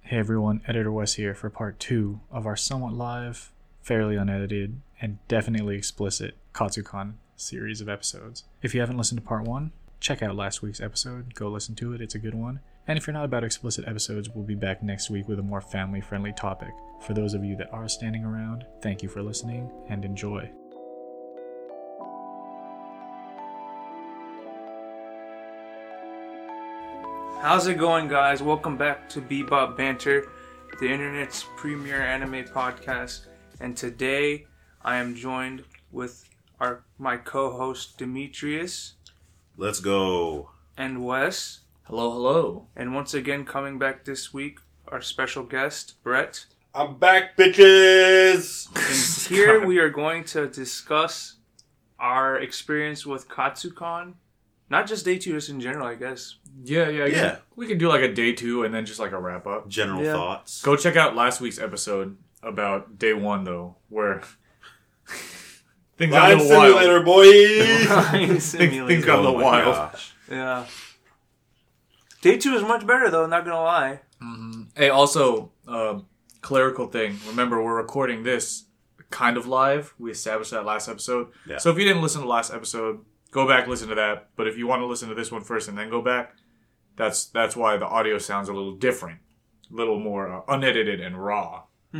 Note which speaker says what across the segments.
Speaker 1: Hey everyone, Editor Wes here for part two of our somewhat live, fairly unedited, and definitely explicit Katsukan series of episodes. If you haven't listened to part one, check out last week's episode. Go listen to it, it's a good one. And if you're not about explicit episodes, we'll be back next week with a more family friendly topic. For those of you that are standing around, thank you for listening and enjoy.
Speaker 2: How's it going, guys? Welcome back to Bebop Banter, the internet's premier anime podcast. And today, I am joined with our my co-host Demetrius
Speaker 3: Let's go.
Speaker 2: and Wes,
Speaker 4: Hello, hello.
Speaker 2: and once again coming back this week, our special guest Brett.
Speaker 3: I'm back, bitches.
Speaker 2: And here we are going to discuss our experience with Katsukan, not just day two, just in general, I guess.
Speaker 4: Yeah, yeah,
Speaker 3: Yeah.
Speaker 4: We could do like a day two and then just like a wrap up.
Speaker 3: General
Speaker 2: Yeah.
Speaker 3: thoughts.
Speaker 4: Go check out last week's episode about day one though, where things got a
Speaker 3: Live
Speaker 4: little wild.
Speaker 3: simulator, boys.
Speaker 4: Things
Speaker 2: Simulator.
Speaker 4: got a little
Speaker 3: Oh my
Speaker 4: wild.
Speaker 3: gosh.
Speaker 2: yeah. Day two is much better though. Not gonna lie.
Speaker 4: Hey, also, um, clerical thing. Remember, we're recording this kind of live. We established that last episode.
Speaker 3: Yeah.
Speaker 4: So if you didn't listen to last episode, go back listen to that. But if you want to listen to this one first and then go back, that's that's why the audio sounds a little different, a little more uh, unedited and raw.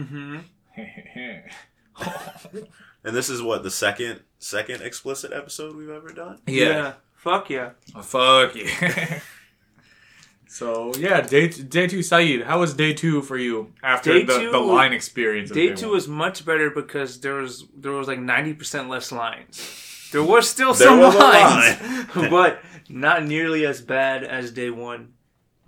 Speaker 4: Mm-hmm.
Speaker 3: And this is what the second second explicit episode we've ever done.
Speaker 4: yeah.
Speaker 2: Fuck yeah.
Speaker 4: Oh, fuck yeah. so yeah, day day two, Saeed. How was day two for you after
Speaker 2: Day
Speaker 4: the,
Speaker 2: two-
Speaker 4: the line experience? of
Speaker 2: Day two
Speaker 4: one?
Speaker 2: was much better because there was there was like ninety percent less lines. There was still
Speaker 3: There
Speaker 2: some
Speaker 3: was a
Speaker 2: lines, but not nearly as bad as day one.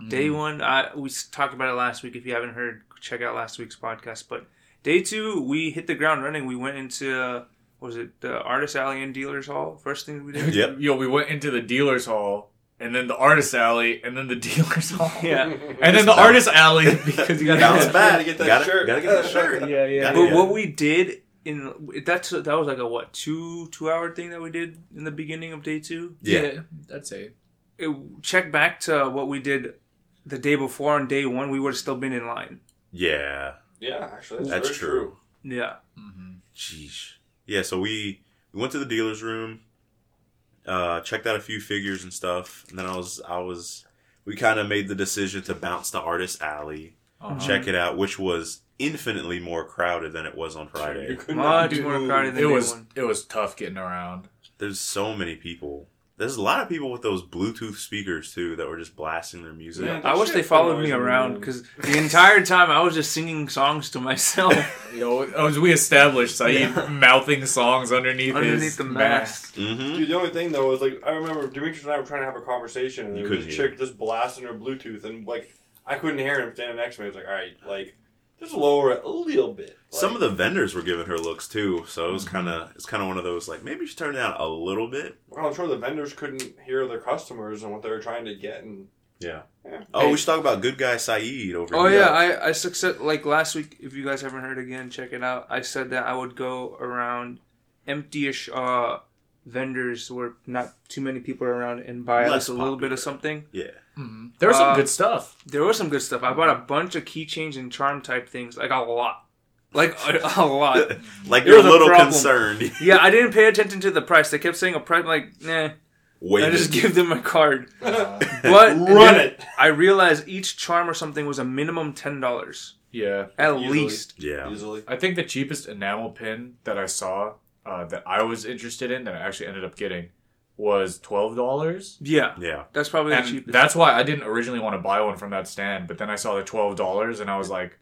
Speaker 2: Day one, I, we s- talked about it last week. If you haven't heard, check out last week's podcast. But day two, we hit the ground running. We went into uh, what was it the Artist Alley and Dealers Hall? First thing we did.
Speaker 3: Yep.
Speaker 4: Yo, we went into the dealer's hall, and then the artist alley, and then the dealer's hall.
Speaker 2: Yeah.
Speaker 4: And then the artist alley because you got
Speaker 3: Bounce
Speaker 4: to
Speaker 3: back.
Speaker 5: to get that
Speaker 3: gotta,
Speaker 5: shirt.
Speaker 3: Gotta get that shirt.
Speaker 4: Yeah, yeah.
Speaker 3: Gotta
Speaker 2: But
Speaker 3: get
Speaker 2: what
Speaker 3: it.
Speaker 2: we did in that's that was like a what two two hour thing that we did in the beginning of day two.
Speaker 3: yeah.
Speaker 4: I'd say.
Speaker 2: it- check back to what we did the day before on day one, we would have still been in line.
Speaker 3: Yeah.
Speaker 5: Yeah, actually,
Speaker 3: That's
Speaker 5: that's, very
Speaker 3: true.
Speaker 5: true.
Speaker 2: Yeah.
Speaker 3: Jeez. Yeah. So we we went to the dealer's room, uh, checked out a few figures and stuff, and then I was I was we kind of made the decision to bounce to Artist Alley,
Speaker 4: Oh,
Speaker 3: check
Speaker 2: Uh-huh.
Speaker 3: it out, which was infinitely more crowded than it was on Friday.
Speaker 5: You could
Speaker 2: Much
Speaker 5: not do-
Speaker 2: more crowded than
Speaker 4: It
Speaker 2: day
Speaker 4: was
Speaker 2: one.
Speaker 4: it was tough getting around.
Speaker 3: There's so many people. There's a lot of people with those Bluetooth speakers too that were just blasting their music.
Speaker 5: Yeah.
Speaker 2: I wish
Speaker 5: shit
Speaker 2: they followed
Speaker 5: noise
Speaker 2: me
Speaker 5: in the
Speaker 2: around
Speaker 5: room.
Speaker 2: because the entire time I was just singing songs to myself
Speaker 4: Yo, as we established, Saeed mouthing songs underneath his
Speaker 2: underneath the mask.
Speaker 3: Mm-hmm.
Speaker 5: Dude, the only thing though is like I remember Demetrius and I were trying to have a conversation, and
Speaker 3: You
Speaker 5: there was
Speaker 3: couldn't
Speaker 5: this
Speaker 3: hear.
Speaker 5: chick just blasting her Bluetooth, and like I couldn't hear him standing next to me. I was like, all right, like just lower it a little bit. Like,
Speaker 3: Some of the vendors were giving her looks too, so it
Speaker 2: Mm-hmm.
Speaker 3: was kind of it's kind of one of those like maybe she turned it down a little bit.
Speaker 5: well, I'm sure the vendors couldn't hear their customers and what they were trying to get, and
Speaker 3: Yeah.
Speaker 5: Yeah.
Speaker 3: Oh, we should talk about good guy Saeed over
Speaker 2: Oh
Speaker 3: here.
Speaker 2: yeah, I I success like last week. If you guys haven't heard again, check it out. I said that I would go around emptyish uh, vendors where not too many people are around and buy
Speaker 3: Less
Speaker 2: us a little bit
Speaker 3: popular.
Speaker 2: of something.
Speaker 3: yeah.
Speaker 4: There was some
Speaker 2: Uh,
Speaker 4: good stuff.
Speaker 2: There was some good stuff. I bought a bunch of keychains and charm type things, like a lot, like a, a lot.
Speaker 3: Like
Speaker 2: It
Speaker 3: you're
Speaker 2: was a
Speaker 3: a little
Speaker 2: problem.
Speaker 3: concerned.
Speaker 2: Yeah, I didn't pay attention to the price. They kept saying a price. I'm like, nah.
Speaker 3: Wait.
Speaker 2: I
Speaker 3: a
Speaker 2: just
Speaker 3: minute.
Speaker 2: give them my card.
Speaker 4: Uh,
Speaker 2: But
Speaker 5: Run
Speaker 2: then
Speaker 5: it.
Speaker 2: I realized each charm or something was a minimum ten dollars
Speaker 4: Yeah,
Speaker 2: at
Speaker 5: Easily.
Speaker 2: least.
Speaker 3: yeah.
Speaker 5: easily.
Speaker 4: I think the cheapest enamel pin that I saw uh, that I was interested in that I actually ended up getting was twelve dollars.
Speaker 2: Yeah,
Speaker 3: Yeah.
Speaker 2: that's probably the
Speaker 4: and
Speaker 2: cheapest.
Speaker 4: that's why I didn't originally want to buy one from that stand, but then I saw the twelve dollars and I was like,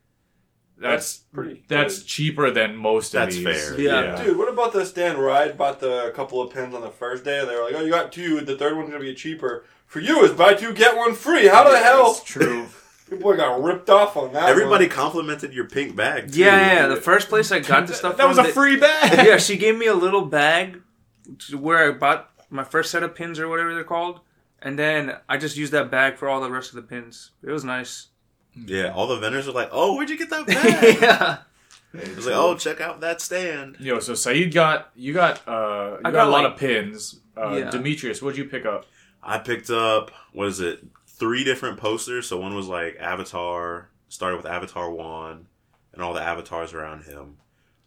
Speaker 4: "That's
Speaker 5: That's pretty
Speaker 4: that's
Speaker 5: good.
Speaker 4: cheaper than most of
Speaker 3: That's
Speaker 4: these."
Speaker 3: fair.
Speaker 2: Yeah.
Speaker 5: Dude, what about the stand where I bought the couple of pins on the first day? And they were like, "Oh, you got two. The third one's gonna be cheaper for you. Is buy two get one free? How the hell?
Speaker 4: That's true.
Speaker 5: Your boy got ripped off on that.
Speaker 3: Everybody
Speaker 5: one.
Speaker 3: complimented your pink bag. too.
Speaker 2: yeah, yeah, yeah. The first place I got the stuff.
Speaker 4: that was
Speaker 2: from,
Speaker 4: a
Speaker 2: they-
Speaker 4: free bag.
Speaker 2: yeah, she gave me a little bag to where I bought my first set of pins or whatever they're called, and then I just used that bag for all the rest of the pins. It was nice.
Speaker 3: Yeah. All the vendors were like, "Oh, where'd you get that bag?"
Speaker 2: yeah,
Speaker 3: It was like, "Oh, check out that stand."
Speaker 4: Yo, so Saeed got you got uh you got,
Speaker 2: got,
Speaker 4: a lot
Speaker 2: like-
Speaker 4: of pins. Uh,
Speaker 2: Yeah.
Speaker 4: Demetrius, what'd you pick up?
Speaker 3: I picked up what is it? Three different posters. So one was like Avatar, started with Avatar One and all the avatars around him.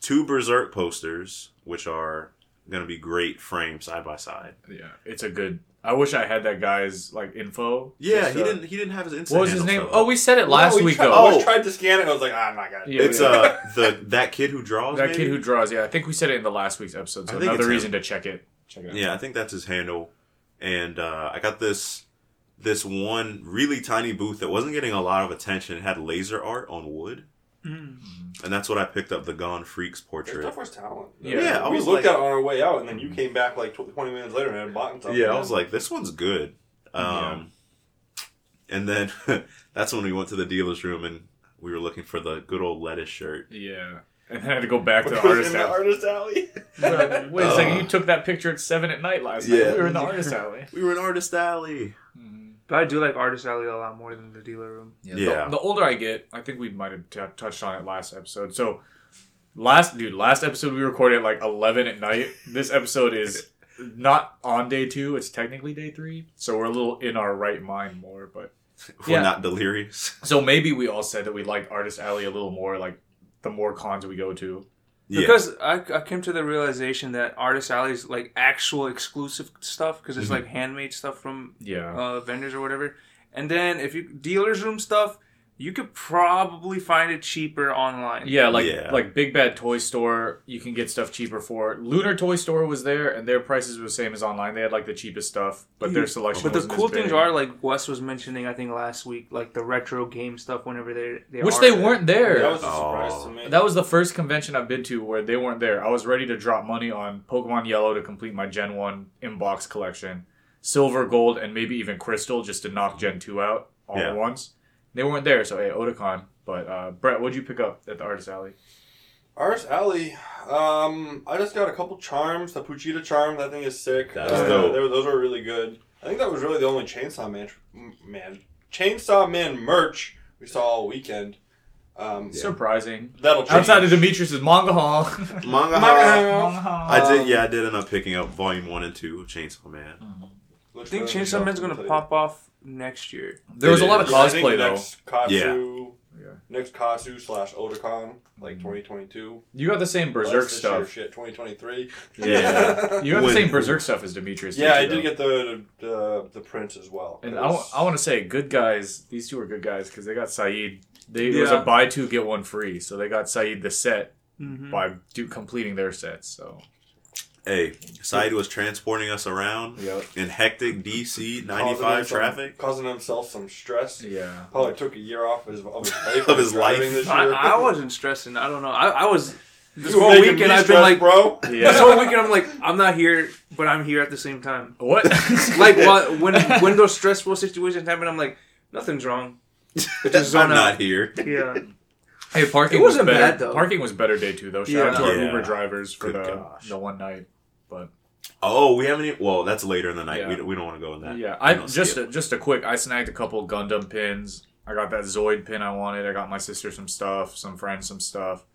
Speaker 3: Two Berserk posters, which are going to be great framed side by side.
Speaker 4: Yeah, it's a good. I wish I had that guy's like info.
Speaker 3: Yeah,
Speaker 4: Just,
Speaker 3: he
Speaker 4: uh,
Speaker 3: didn't. He didn't have his Instagram.
Speaker 4: What was his name? Oh, we said it last
Speaker 5: No, we
Speaker 4: week
Speaker 5: tried,
Speaker 4: though.
Speaker 5: I
Speaker 3: Oh.
Speaker 5: always tried to scan it. I was like, ah, my God.
Speaker 4: Yeah,
Speaker 3: it's uh the that kid who draws.
Speaker 4: that
Speaker 3: maybe?
Speaker 4: kid who draws. Yeah, I think we said it in the last week's episode.
Speaker 3: I
Speaker 4: So
Speaker 3: think
Speaker 4: another
Speaker 3: it's him.
Speaker 4: reason to check it. Check it out.
Speaker 3: Yeah, I think that's his handle. And uh, I got this this one really tiny booth that wasn't getting a lot of attention. It had laser art on wood,
Speaker 2: Mm.
Speaker 3: and that's what I picked up the Gone Freaks
Speaker 5: There's
Speaker 3: portrait.
Speaker 5: tough horse talent.
Speaker 4: Yeah, Mm.
Speaker 3: I
Speaker 5: we
Speaker 3: was
Speaker 5: looked
Speaker 3: like-
Speaker 5: at it on our way out, and then you came back like tw- 20 minutes later and had bought something.
Speaker 3: yeah, I was like, this one's good. Um, And then that's when we went to the dealer's room and we were looking for the good old lettuce shirt.
Speaker 4: Yeah. And then I had to go back to
Speaker 5: Which
Speaker 4: the
Speaker 5: was in
Speaker 4: artist
Speaker 5: the
Speaker 4: alley. Um,
Speaker 5: artist alley.
Speaker 4: Wait, wait a second,
Speaker 3: Uh.
Speaker 4: you took that picture at seven at night last
Speaker 3: Yeah.
Speaker 4: night. We were in the artist alley.
Speaker 3: We were in Artist Alley.
Speaker 2: But I do like Artist Alley a lot more than the dealer room.
Speaker 4: Yeah.
Speaker 3: Yeah.
Speaker 4: The, the older I get, I think we might have t- touched on it last episode. So, last dude, last episode we recorded at like eleven at night. This episode is not on day two; it's technically day three. So we're a little in our right mind more. But
Speaker 3: We're
Speaker 4: Yeah.
Speaker 3: not delirious.
Speaker 4: so maybe we all said that we liked Artist Alley a little more. Like the more cons we go to,
Speaker 3: Yeah.
Speaker 2: Because I, I came to the realization that Artist Alley is like actual exclusive stuff because it's like handmade stuff from
Speaker 4: Mm-hmm. yeah.
Speaker 2: uh, vendors or whatever. And then if you dealers room stuff, you could probably find it cheaper online.
Speaker 4: Yeah, like
Speaker 3: Yeah.
Speaker 4: like Big Bad Toy Store, you can get stuff cheaper for. Lunar Toy Store was there, and their prices were the same as online. They had like the cheapest stuff, but
Speaker 2: Mm-hmm.
Speaker 4: their selection.
Speaker 2: But the
Speaker 4: wasn't as
Speaker 2: cool things
Speaker 4: big.
Speaker 2: are like Wes was mentioning, I think last week, like the retro game stuff. Whenever they, they
Speaker 4: which
Speaker 2: are
Speaker 4: they
Speaker 2: there.
Speaker 4: weren't
Speaker 5: That
Speaker 4: there.
Speaker 5: was a surprise
Speaker 3: Oh.
Speaker 5: to me.
Speaker 4: That was the first convention I've been to where they weren't there. I was ready to drop money on Pokemon Yellow to complete my Gen One inbox collection, Silver, Gold, and maybe even Crystal, just to knock Gen Two out all
Speaker 3: Yeah.
Speaker 4: at once. They weren't there, so hey, Otakon. But uh, Brett, what'd you pick up at the Artist Alley?
Speaker 5: Artist Alley. Um, I just got a couple charms. The Puchita charm, that thing is sick. Uh,
Speaker 3: That
Speaker 4: is
Speaker 3: dope.
Speaker 5: they were- those were really good. I think that was really the only Chainsaw Man, man, Chainsaw Man merch we saw all weekend. Um,
Speaker 4: Surprising.
Speaker 5: That'll change.
Speaker 4: Outside of Demetrius's manga hall.
Speaker 3: Manga.
Speaker 5: Manga.
Speaker 3: I
Speaker 5: Um,
Speaker 3: did. Yeah, I did end up picking up Volume One and Two of Chainsaw Man.
Speaker 2: I think Chainsaw Man's gonna pop off next year.
Speaker 4: There was a lot of
Speaker 3: It
Speaker 5: Yeah, I think
Speaker 4: cosplay though.
Speaker 5: next Katsu,
Speaker 4: Yeah. Yeah.
Speaker 5: next Katsu slash Otakon, like 2022.
Speaker 4: You got the same berserk
Speaker 5: That's this year,
Speaker 4: stuff.
Speaker 5: Shit, 2023.
Speaker 3: Yeah.
Speaker 4: You got the
Speaker 3: When-
Speaker 4: same berserk stuff as Demetrius.
Speaker 5: yeah, I
Speaker 4: too,
Speaker 5: did
Speaker 4: though.
Speaker 5: get the the, the prints as well.
Speaker 4: And
Speaker 5: It
Speaker 4: I,
Speaker 5: was-
Speaker 4: want to say, good guys. These two are good guys because they got Saeed. They it was
Speaker 2: Yeah.
Speaker 4: a buy two get one free, so they got Saeed the set
Speaker 5: Mm-hmm.
Speaker 2: Mhm.
Speaker 4: by do, completing their sets. So
Speaker 3: Hey, Said was transporting us around
Speaker 4: yeah,
Speaker 3: in hectic DC
Speaker 5: causing
Speaker 3: 95
Speaker 5: himself-
Speaker 3: traffic.
Speaker 5: causing himself some stress.
Speaker 4: yeah.
Speaker 5: Probably took a year off his of his life,
Speaker 3: Of his
Speaker 5: driving
Speaker 3: life.
Speaker 5: This year.
Speaker 2: I, I wasn't stressing. I don't know. I, I was this
Speaker 5: You were
Speaker 2: whole
Speaker 5: making
Speaker 2: weekend.
Speaker 5: me
Speaker 2: I've been
Speaker 5: stressed,
Speaker 2: like,
Speaker 5: bro.
Speaker 2: this
Speaker 4: Yeah.
Speaker 2: whole weekend. I'm like, I'm not here, but I'm here at the same time.
Speaker 4: what?
Speaker 2: Like while- when when those stressful situations happen, I'm like, nothing's wrong. Just
Speaker 3: I'm
Speaker 2: zone out.
Speaker 3: not here.
Speaker 2: Yeah,
Speaker 4: Hey, parking
Speaker 2: It wasn't
Speaker 4: was better.
Speaker 2: bad, though.
Speaker 4: Parking was better day two though. Shout out to our
Speaker 3: Yeah.
Speaker 4: Uber drivers for
Speaker 3: Good
Speaker 4: the
Speaker 3: gosh.
Speaker 4: the one night.
Speaker 3: Oh, we haven't even. Well, that's later in the night.
Speaker 4: Yeah.
Speaker 3: We, don't- we don't want to go in that.
Speaker 4: Yeah,
Speaker 3: We
Speaker 4: I
Speaker 3: don't
Speaker 4: just
Speaker 3: skip.
Speaker 4: a, just a quick. I snagged a couple Gundam pins. I got that Zoid pin I wanted. I got my sister some stuff, some friends some stuff.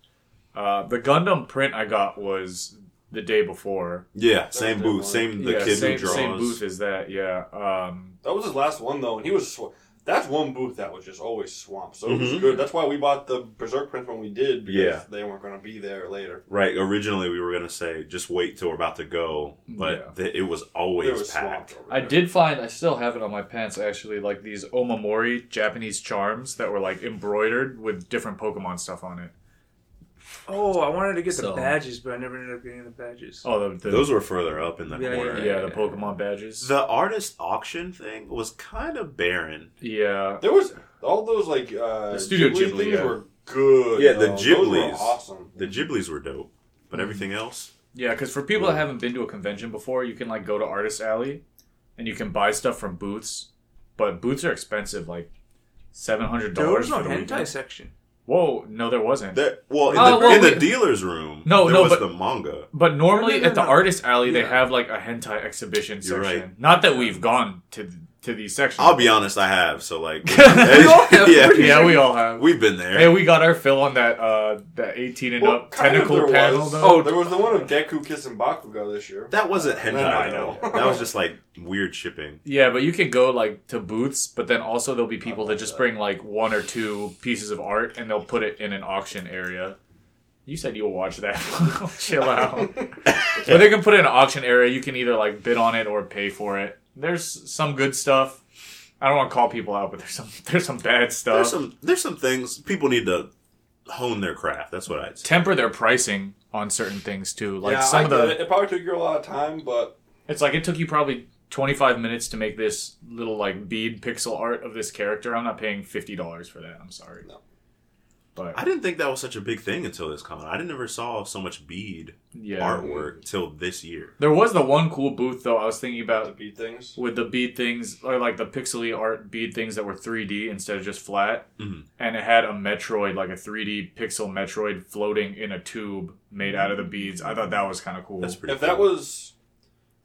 Speaker 4: Uh, the Gundam print I got was the day before.
Speaker 3: yeah, same
Speaker 5: the
Speaker 3: booth,
Speaker 5: one.
Speaker 3: same the
Speaker 4: yeah,
Speaker 3: kid
Speaker 4: same,
Speaker 3: who draws.
Speaker 4: same booth as that. Yeah. Um,
Speaker 5: That was his last one though, and he was. Sw- that's one booth that was just always swamped, so it was
Speaker 3: Mhm.
Speaker 5: good. That's why we bought the Berserk prints when we did because
Speaker 3: Yeah.
Speaker 5: they weren't going to be there later.
Speaker 3: Right. Originally, we were gonna say just wait till we're about to go, but
Speaker 4: Yeah.
Speaker 3: th- it was
Speaker 5: They
Speaker 3: always
Speaker 5: were swamped.
Speaker 3: packed.
Speaker 5: Over
Speaker 4: I
Speaker 5: there.
Speaker 4: did find I still have it on my pants actually, like these Omamori Japanese charms that were like embroidered with different Pokemon stuff on it.
Speaker 2: Oh, I wanted to get the
Speaker 4: So-
Speaker 2: badges, but I never ended up getting the badges.
Speaker 4: Oh, the, the
Speaker 3: Those were further up in the
Speaker 2: Yeah, yeah,
Speaker 3: corner.
Speaker 4: yeah, the Pokemon badges.
Speaker 3: The artist auction thing was kind of barren.
Speaker 4: yeah.
Speaker 5: There was all those like uh,
Speaker 4: The Studio Ghibli,
Speaker 5: things
Speaker 4: yeah.
Speaker 5: were good.
Speaker 3: Yeah, the
Speaker 5: though. Those were
Speaker 3: Ghiblis.
Speaker 5: awesome.
Speaker 3: The
Speaker 4: Mm-hmm.
Speaker 3: Ghiblis were dope, but everything else.
Speaker 4: Yeah, because for people that haven't been to a convention before, you can like go to Artist Alley, and you can buy stuff from booths, but booths are expensive, like seven hundred
Speaker 2: there
Speaker 4: dollars
Speaker 2: was no
Speaker 4: for the
Speaker 2: hentai
Speaker 4: weekend.
Speaker 2: section.
Speaker 4: Whoa, no, there wasn't.
Speaker 3: There, well, in,
Speaker 4: Oh,
Speaker 3: the,
Speaker 4: well,
Speaker 3: in
Speaker 4: we-
Speaker 3: the dealer's room,
Speaker 4: No,
Speaker 3: there
Speaker 4: no,
Speaker 3: was
Speaker 4: but-
Speaker 3: the manga.
Speaker 4: But normally
Speaker 2: No, no, no,
Speaker 4: at the
Speaker 2: no.
Speaker 4: Artist Alley, they
Speaker 2: Yeah.
Speaker 4: have like a hentai exhibition
Speaker 3: You're
Speaker 4: section.
Speaker 3: right.
Speaker 4: Not that we've gone to to these sections.
Speaker 3: I'll be honest, I have. So like,
Speaker 2: We all have.
Speaker 3: yeah,
Speaker 4: yeah, we all have.
Speaker 3: we've been there.
Speaker 4: Hey, we got our fill on that uh that 18 and
Speaker 5: Well,
Speaker 4: up
Speaker 5: kind of
Speaker 4: tentacle
Speaker 5: there
Speaker 4: panel
Speaker 5: was.
Speaker 4: though.
Speaker 5: Oh, there was the one of Deku kissing Bakugo this year.
Speaker 3: that wasn't hentai.
Speaker 5: No, I
Speaker 3: though.
Speaker 5: know.
Speaker 3: that was just like weird shipping.
Speaker 4: Yeah, but you can go like to booths, but then also there'll be people that just bring like one or two pieces of art and they'll put it in an auction area. You said you'll watch that. Chill out. but they can put it in an auction area. You can either like bid on it or pay for it. There's some good stuff. I don't want to call people out, but there's some there's some bad stuff.
Speaker 3: There's some there's some things people need to hone their craft. That's what I'd say.
Speaker 4: Temper their pricing on certain things too. Like
Speaker 5: yeah,
Speaker 4: some
Speaker 5: I
Speaker 4: of
Speaker 5: get
Speaker 4: the
Speaker 5: it. it probably took you a lot of time, but
Speaker 4: It's like it took you probably 25 minutes to make this little like bead pixel art of this character. I'm not paying $50 for that. I'm sorry.
Speaker 5: No.
Speaker 4: But
Speaker 3: I didn't think that was such a big thing until this comment. I never saw so much bead
Speaker 4: yeah.
Speaker 3: artwork till this year.
Speaker 4: There was the one cool booth though I was thinking
Speaker 5: to
Speaker 4: about
Speaker 5: beat things.
Speaker 4: with the bead things or like the pixely art bead things that were 3D instead of just flat.
Speaker 5: Mm-hmm.
Speaker 3: Mhm.
Speaker 4: And it had a Metroid like a 3D pixel Metroid floating in a tube made out of the beads. I thought that was kind of cool.
Speaker 3: That's pretty.
Speaker 5: If that
Speaker 3: cool.
Speaker 5: was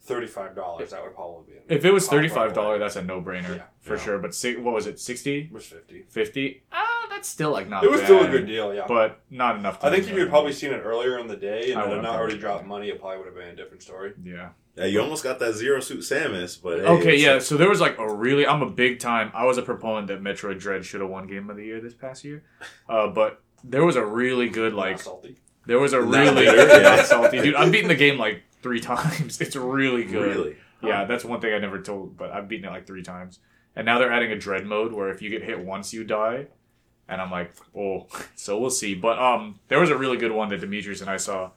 Speaker 5: thirty-five dollars, that would probably be.
Speaker 4: if it was
Speaker 5: top level.
Speaker 4: $35, that's a no-brainer
Speaker 5: Yeah.
Speaker 4: for
Speaker 3: Yeah.
Speaker 4: sure, but si- what was it? 60?
Speaker 5: it was fifty.
Speaker 4: 50? Ah, that's still like not
Speaker 5: It was still a
Speaker 4: bad.
Speaker 5: good deal, yeah.
Speaker 4: but not enough. To
Speaker 5: I think if
Speaker 4: enjoy
Speaker 5: you
Speaker 4: it.
Speaker 5: had probably seen it earlier in the day and
Speaker 4: I
Speaker 5: had it
Speaker 4: would've
Speaker 5: not
Speaker 4: probably-
Speaker 5: already dropped money, it probably would have been a different story.
Speaker 4: Yeah.
Speaker 3: yeah, you almost got that zero suit Samus, but hey,
Speaker 4: okay.
Speaker 3: it's-
Speaker 4: Yeah. So there was like a really. I'm a big time. I was a proponent that Metroid Dread should have won Game of the Year this past year, uh, but there was a really good like.
Speaker 5: Not salty.
Speaker 4: There was a
Speaker 3: Not
Speaker 4: really
Speaker 3: bitter, yeah.
Speaker 4: not salty dude. I've beaten the game like three times. It's really good.
Speaker 3: really.
Speaker 4: Yeah, that's one thing I never told, but I've beaten it like three times. And now they're adding a dread mode where if you get hit once, you die. And I'm like, oh, so we'll see. But um, there was a really good one that Demetrius and I saw,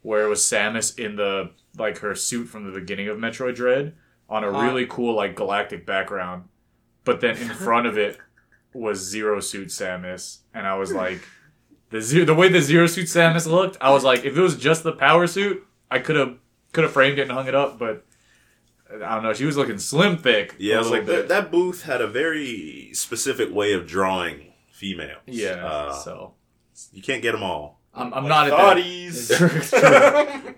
Speaker 4: where it was Samus in the like her suit from the beginning of Metroid Dread on a
Speaker 2: Huh.
Speaker 4: really cool like galactic background, but then in front of it was Zero Suit Samus, and I was like, the zero, the way the Zero Suit Samus looked, I was like, if it was just the power suit, I could have could have framed it and hung it up, but uh, I don't know. She was looking slim thick.
Speaker 3: Yeah,
Speaker 4: a
Speaker 3: I was
Speaker 4: little
Speaker 3: like that,
Speaker 4: bit.
Speaker 3: that booth had a very specific way of drawing females.
Speaker 4: Yeah.
Speaker 3: uh,
Speaker 4: so
Speaker 3: you can't get them all.
Speaker 4: I'm, I'm
Speaker 5: Like
Speaker 4: not at that.
Speaker 5: thotties.
Speaker 4: It's true, it's true.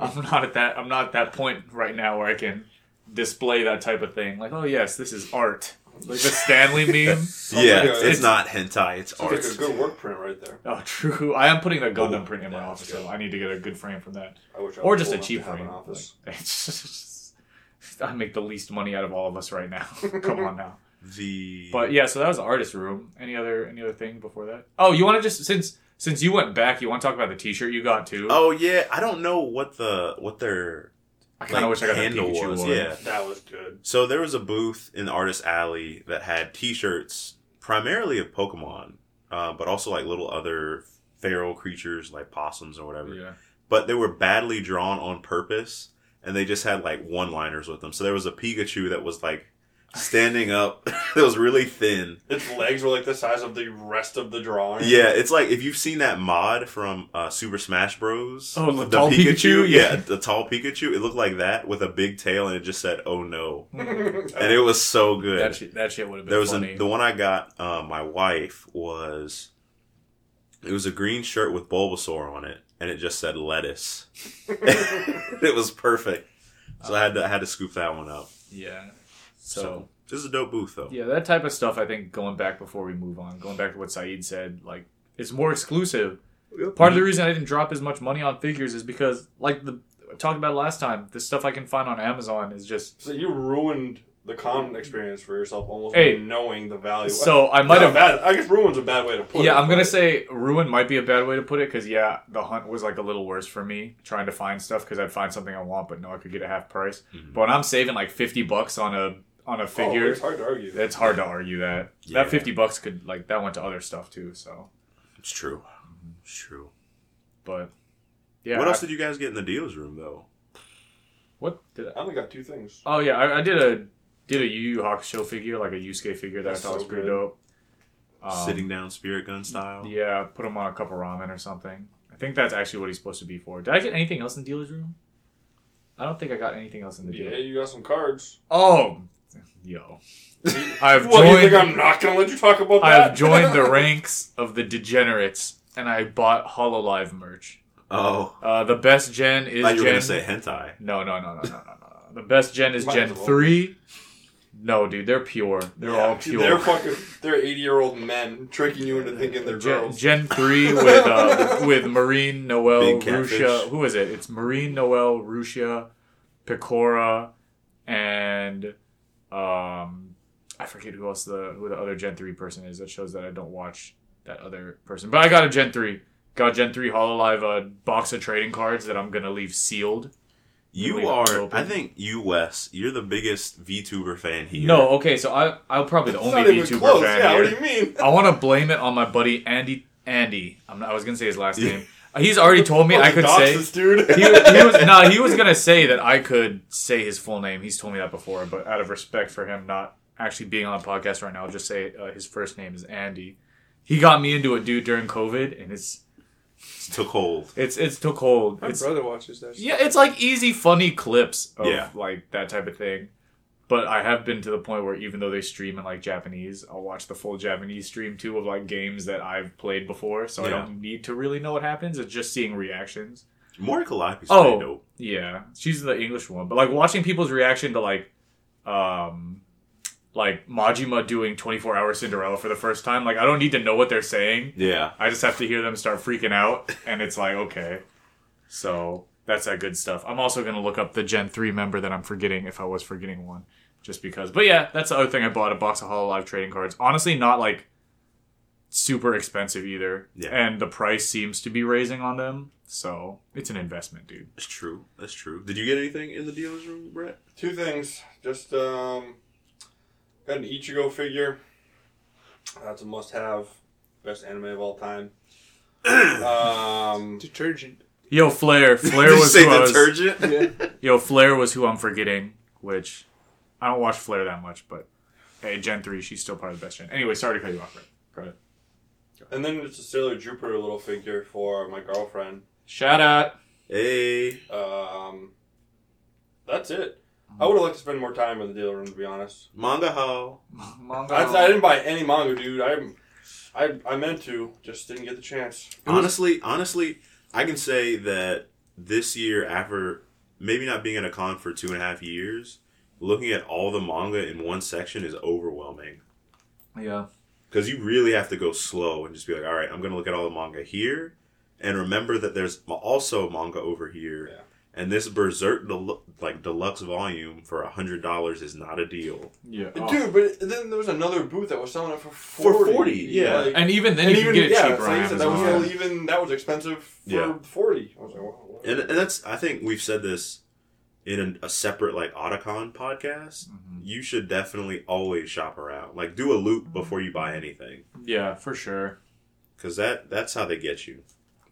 Speaker 4: I'm not at that. I'm not at that point right now where I can display that type of thing. Like, oh yes, this is art. Like the Stanley meme.
Speaker 5: Sounds
Speaker 3: yeah,
Speaker 5: like a-
Speaker 3: it's,
Speaker 5: it's-
Speaker 3: not hentai. It's
Speaker 5: It's
Speaker 3: art.
Speaker 5: like a good work print right there.
Speaker 4: Oh, true. I am putting the Gundam
Speaker 3: Oh,
Speaker 4: print in my
Speaker 3: yeah,
Speaker 4: office,
Speaker 5: that's
Speaker 4: so I need to get a good frame from that,
Speaker 5: I wish I
Speaker 4: or
Speaker 5: was
Speaker 4: just a
Speaker 5: old enough to
Speaker 4: cheap
Speaker 5: have
Speaker 4: frame.
Speaker 5: an office.
Speaker 4: Like, it's just- I make the least money out of all of us right now. Come on now.
Speaker 3: the
Speaker 4: But yeah, so that was the artist room. Any other any other thing before that? Oh, you want to just since since you went back, you want to talk about the T-shirt you got too?
Speaker 3: oh yeah, I don't know what the what their
Speaker 4: I kind of
Speaker 3: like,
Speaker 4: wish I got the
Speaker 3: handle
Speaker 4: Pikachu
Speaker 3: was,
Speaker 4: one.
Speaker 3: yeah.
Speaker 5: That was good.
Speaker 3: So there was a booth in Artist Alley that had T-shirts primarily of Pokemon, uh, but also like little other feral creatures like possums or whatever.
Speaker 4: Yeah.
Speaker 3: But they were badly drawn on purpose, and they just had like one-liners with them. So there was a Pikachu that was like standing up, that was really thin.
Speaker 5: Its legs were like the size of the rest of the drawing.
Speaker 3: Yeah, it's like if you've seen that mod from uh, Super Smash Bros.
Speaker 4: Oh, the tall Pikachu?
Speaker 3: Yeah.
Speaker 4: Yeah.
Speaker 3: the tall Pikachu. It looked like that with a big tail, and it just said "Oh no,"
Speaker 5: and
Speaker 3: and it was so good.
Speaker 4: That shit, that shit would have been
Speaker 3: there was
Speaker 4: funny.
Speaker 3: a, the one I got. Uh, my wife was. It was a green shirt with Bulbasaur on it, and it just said lettuce. it was perfect. So I had to I had to scoop that one up.
Speaker 4: yeah.
Speaker 3: So,
Speaker 4: so
Speaker 3: this is a dope booth though.
Speaker 4: Yeah, that type of stuff. I think going back before we move on, going back to what Saeed said, like it's more exclusive. Part of the reason I didn't drop as much money on figures is because, like the talked about last time, the stuff I can find on Amazon is just.
Speaker 5: so you ruined the con experience for yourself almost
Speaker 4: Hey.
Speaker 5: by knowing the value.
Speaker 4: So I might
Speaker 5: Not
Speaker 4: have.
Speaker 5: bad. I guess ruin's a bad way to put it.
Speaker 4: Yeah, I'm gonna
Speaker 5: but-
Speaker 4: say ruin might be a bad way to put it because yeah, the hunt was like a little worse for me trying to find stuff because I'd find something I want but no, I could get a half price.
Speaker 3: Mhm.
Speaker 4: But when I'm saving like fifty bucks on a on a
Speaker 5: Oh,
Speaker 4: figure,
Speaker 5: it's hard to argue.
Speaker 4: it's hard to argue that
Speaker 3: Yeah.
Speaker 4: that fifty bucks could like that went to other stuff too. So,
Speaker 3: It's true. It's true.
Speaker 4: but yeah,
Speaker 3: what
Speaker 4: I-
Speaker 3: else did you guys get in the dealers room though?
Speaker 4: What did I?
Speaker 5: I only got two things.
Speaker 4: Oh yeah, I, I did a did a Yu Yu Hakusho figure, like a Yusuke figure that
Speaker 5: That's
Speaker 4: I thought
Speaker 5: so
Speaker 4: was pretty
Speaker 5: good.
Speaker 4: dope. Um,
Speaker 3: Sitting down, spirit gun style.
Speaker 4: Yeah, put him on a cup of ramen or something. I think that's actually what he's supposed to be for. Did I get anything else in dealer's room? I don't think I got anything else in the
Speaker 5: Yeah,
Speaker 4: dealer.
Speaker 5: you got some cards.
Speaker 4: Oh, yo, I've
Speaker 5: What, you think
Speaker 4: joined.
Speaker 5: I'm not gonna let you talk about that?
Speaker 4: I've joined the ranks of the degenerates, and I bought Hololive merch.
Speaker 3: Oh,
Speaker 4: Uh, the best gen
Speaker 3: I
Speaker 4: is
Speaker 3: thought you were
Speaker 4: gen.
Speaker 3: gonna say hentai.
Speaker 4: No, no, no, no, no, no, no. The best gen is
Speaker 5: Might
Speaker 4: Gen
Speaker 5: as well.
Speaker 4: 3. No, dude, they're pure. They're
Speaker 5: Yeah,
Speaker 4: all pure.
Speaker 5: They're fucking. They're eighty year old men tricking you into thinking they're
Speaker 4: Gen,
Speaker 5: girls.
Speaker 4: Gen three with uh, with Marine Noel
Speaker 3: Big catfish.
Speaker 4: Rusha. Who is it? It's Marine Noel Rusha, Picora, and um, I forget who else the who the other Gen three person is. That shows that I don't watch that other person. But I got a Gen three. Got Gen three Hololive uh, box of trading cards that I'm gonna leave sealed. Really
Speaker 3: You are,
Speaker 4: open.
Speaker 3: I think you, Wes, you're the biggest VTuber fan here.
Speaker 4: No, okay, so I I'm probably the
Speaker 5: It's
Speaker 4: only VTuber fan
Speaker 5: Yeah,
Speaker 4: here.
Speaker 5: what do you mean?
Speaker 4: I want to blame it on my buddy Andy. Andy, I'm not, I was gonna say his last name. Uh, He's already told me I
Speaker 5: Fucking
Speaker 4: could
Speaker 5: dox
Speaker 4: say.
Speaker 5: this dude.
Speaker 4: He, he was no, he was gonna say that I could say his full name. He's told me that before, but out of respect for him not actually being on the podcast right now, I'll just say uh, his first name is Andy. He got me into it, dude, during COVID, and it's
Speaker 3: It's took hold.
Speaker 4: it's it's took hold.
Speaker 2: My
Speaker 4: It's,
Speaker 2: brother watches that.
Speaker 4: yeah, it's like easy, funny clips of
Speaker 3: Yeah.
Speaker 4: like that type of thing. But I have been to the point where even though they stream in like Japanese, I'll watch the full Japanese stream too of like games that I've played before, so I
Speaker 3: Yeah.
Speaker 4: don't need to really know what happens. It's just seeing reactions.
Speaker 3: Mori Calliope's
Speaker 4: Oh.
Speaker 3: pretty dope.
Speaker 4: Yeah, she's the English one, but like watching people's reaction to like, um, like Majima doing twenty four hour Cinderella for the first time. Like I don't need to know what they're saying.
Speaker 3: Yeah.
Speaker 4: I just have to hear them start freaking out, and it's like, okay. So that's that good stuff. I'm also gonna look up the Gen three member that I'm forgetting if I was forgetting one, just because. But yeah, that's the other thing I bought a box of Hololive trading cards. Honestly, not like super expensive either,
Speaker 3: Yeah.
Speaker 4: and the price seems to be raising on them. So it's an investment, dude.
Speaker 3: That's true. That's true. Did you get anything in the dealer's room, Brett?
Speaker 5: Two things. Just um, got an Ichigo figure. That's a must-have. Best anime of all time. um,
Speaker 2: Detergent.
Speaker 4: Yo, Flair. Flair
Speaker 3: Did you
Speaker 4: was
Speaker 3: say
Speaker 4: who I was.
Speaker 3: detergent?
Speaker 4: Yo, Flair was who I'm forgetting. Which I don't watch Flair that much, but hey, Gen three, she's still part of the best gen. Anyway, sorry to cut you off. Brett. Go ahead.
Speaker 5: and then it's a Sailor Jupiter little figure for my girlfriend.
Speaker 4: Shout out.
Speaker 3: Hey.
Speaker 5: Um, that's it. I would have liked to spend more time in the dealer room, to be honest.
Speaker 3: Manga Hall.
Speaker 4: Manga.
Speaker 5: I, I didn't buy any manga, dude. I, I, I meant to, just didn't get the chance.
Speaker 3: Honestly, honestly, I can say that this year, after maybe not being at a con for two and a half years, looking at all the manga in one section is overwhelming.
Speaker 4: Yeah.
Speaker 3: Because you really have to go slow and just be like, all right, I'm going to look at all the manga here and remember that there's ma- also manga over here.
Speaker 5: Yeah.
Speaker 3: And this Berserk del- like deluxe volume for $100 is not a deal.
Speaker 4: Yeah.
Speaker 5: Dude, but then there was another booth that was selling it for
Speaker 3: Oh. For
Speaker 5: 40.
Speaker 3: 40, yeah.
Speaker 5: Like,
Speaker 4: And even then, you
Speaker 5: even-
Speaker 4: can get it
Speaker 5: yeah,
Speaker 4: cheaper
Speaker 5: so
Speaker 4: on
Speaker 5: you said that
Speaker 4: Amazon.
Speaker 5: was
Speaker 3: Amazon.
Speaker 5: still even that was expensive for
Speaker 3: Yeah.
Speaker 5: forty. I was like, wow,
Speaker 3: And, and that's, I think we've said this in an, a separate like Otacon podcast.
Speaker 4: Mm-hmm.
Speaker 3: You should definitely always shop around. Like do a loop before you buy anything.
Speaker 4: Yeah, for sure.
Speaker 3: Because that, that's how they get you.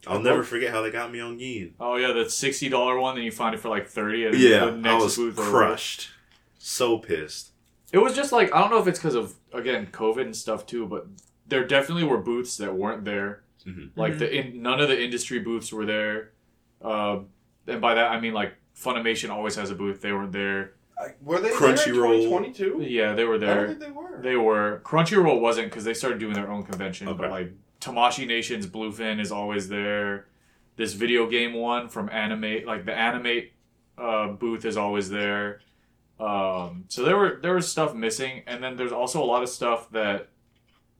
Speaker 3: I'll never forget how they got me on Yin.
Speaker 4: Oh yeah, the sixty dollar one. Then you find it for like thirty. And
Speaker 3: Yeah,
Speaker 4: the
Speaker 3: I
Speaker 4: next
Speaker 3: was
Speaker 4: booth over.
Speaker 3: crushed. So pissed.
Speaker 4: It was just like I don't know if it's because of again COVID and stuff too, but there definitely were booths that weren't there.
Speaker 5: Mm-hmm.
Speaker 3: Mhm.
Speaker 4: Like the in, none of the industry booths were there, uh, and by that I mean like Funimation always has a booth. They weren't there.
Speaker 5: I- were they
Speaker 3: Crunchyroll.
Speaker 5: Twenty two.
Speaker 4: Yeah, they were
Speaker 5: I don't
Speaker 4: there.
Speaker 5: think they were.
Speaker 4: They were Crunchyroll wasn't because they started doing their own convention. But
Speaker 3: Okay.
Speaker 4: like Tamashi Nation's Bluefin is always there. This video game one from Animate, like the Animate uh, booth, is always there. Um, so there were there was stuff missing, and then there's also a lot of stuff that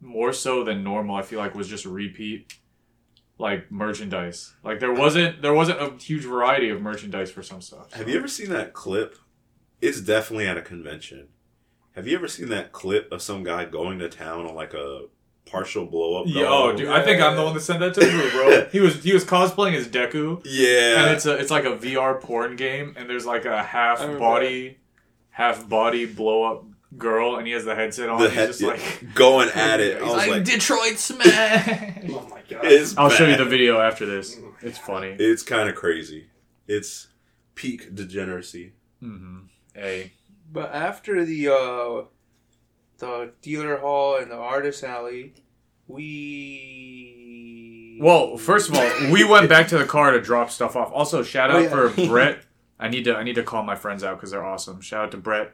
Speaker 4: more so than normal, I feel like was just repeat like merchandise. Like there wasn't there wasn't a huge variety of merchandise for some stuff.
Speaker 3: Have you ever seen that clip? It's definitely at a convention. Have you ever seen that clip of some guy going to town on like a partial blow up?
Speaker 4: Yo, oh, dude, I think I'm the one that sent that to you, bro. he was he was cosplaying as Deku. and
Speaker 3: Yeah.
Speaker 4: it's a it's like a VR porn game, and there's like a half
Speaker 5: I remember
Speaker 4: body, half body blow up girl, and he has the headset on.
Speaker 3: The
Speaker 4: and
Speaker 3: head-
Speaker 4: he's just like,
Speaker 3: going at it. I
Speaker 4: he's
Speaker 3: was
Speaker 4: like,
Speaker 3: like,
Speaker 4: Detroit Smash.
Speaker 5: Oh my god.
Speaker 3: it's
Speaker 4: I'll show you
Speaker 3: bad.
Speaker 4: the video after this. It's funny.
Speaker 3: It's kind of crazy. It's peak degeneracy.
Speaker 4: Mm-hmm. Hey,
Speaker 2: But after the uh, the dealer hall and the artist alley, we
Speaker 4: well, first of all, we went back to the car to drop stuff off. Also, shout out
Speaker 2: Oh, yeah.
Speaker 4: for Brett. I need to I need to call my friends out because they're awesome. Shout out to Brett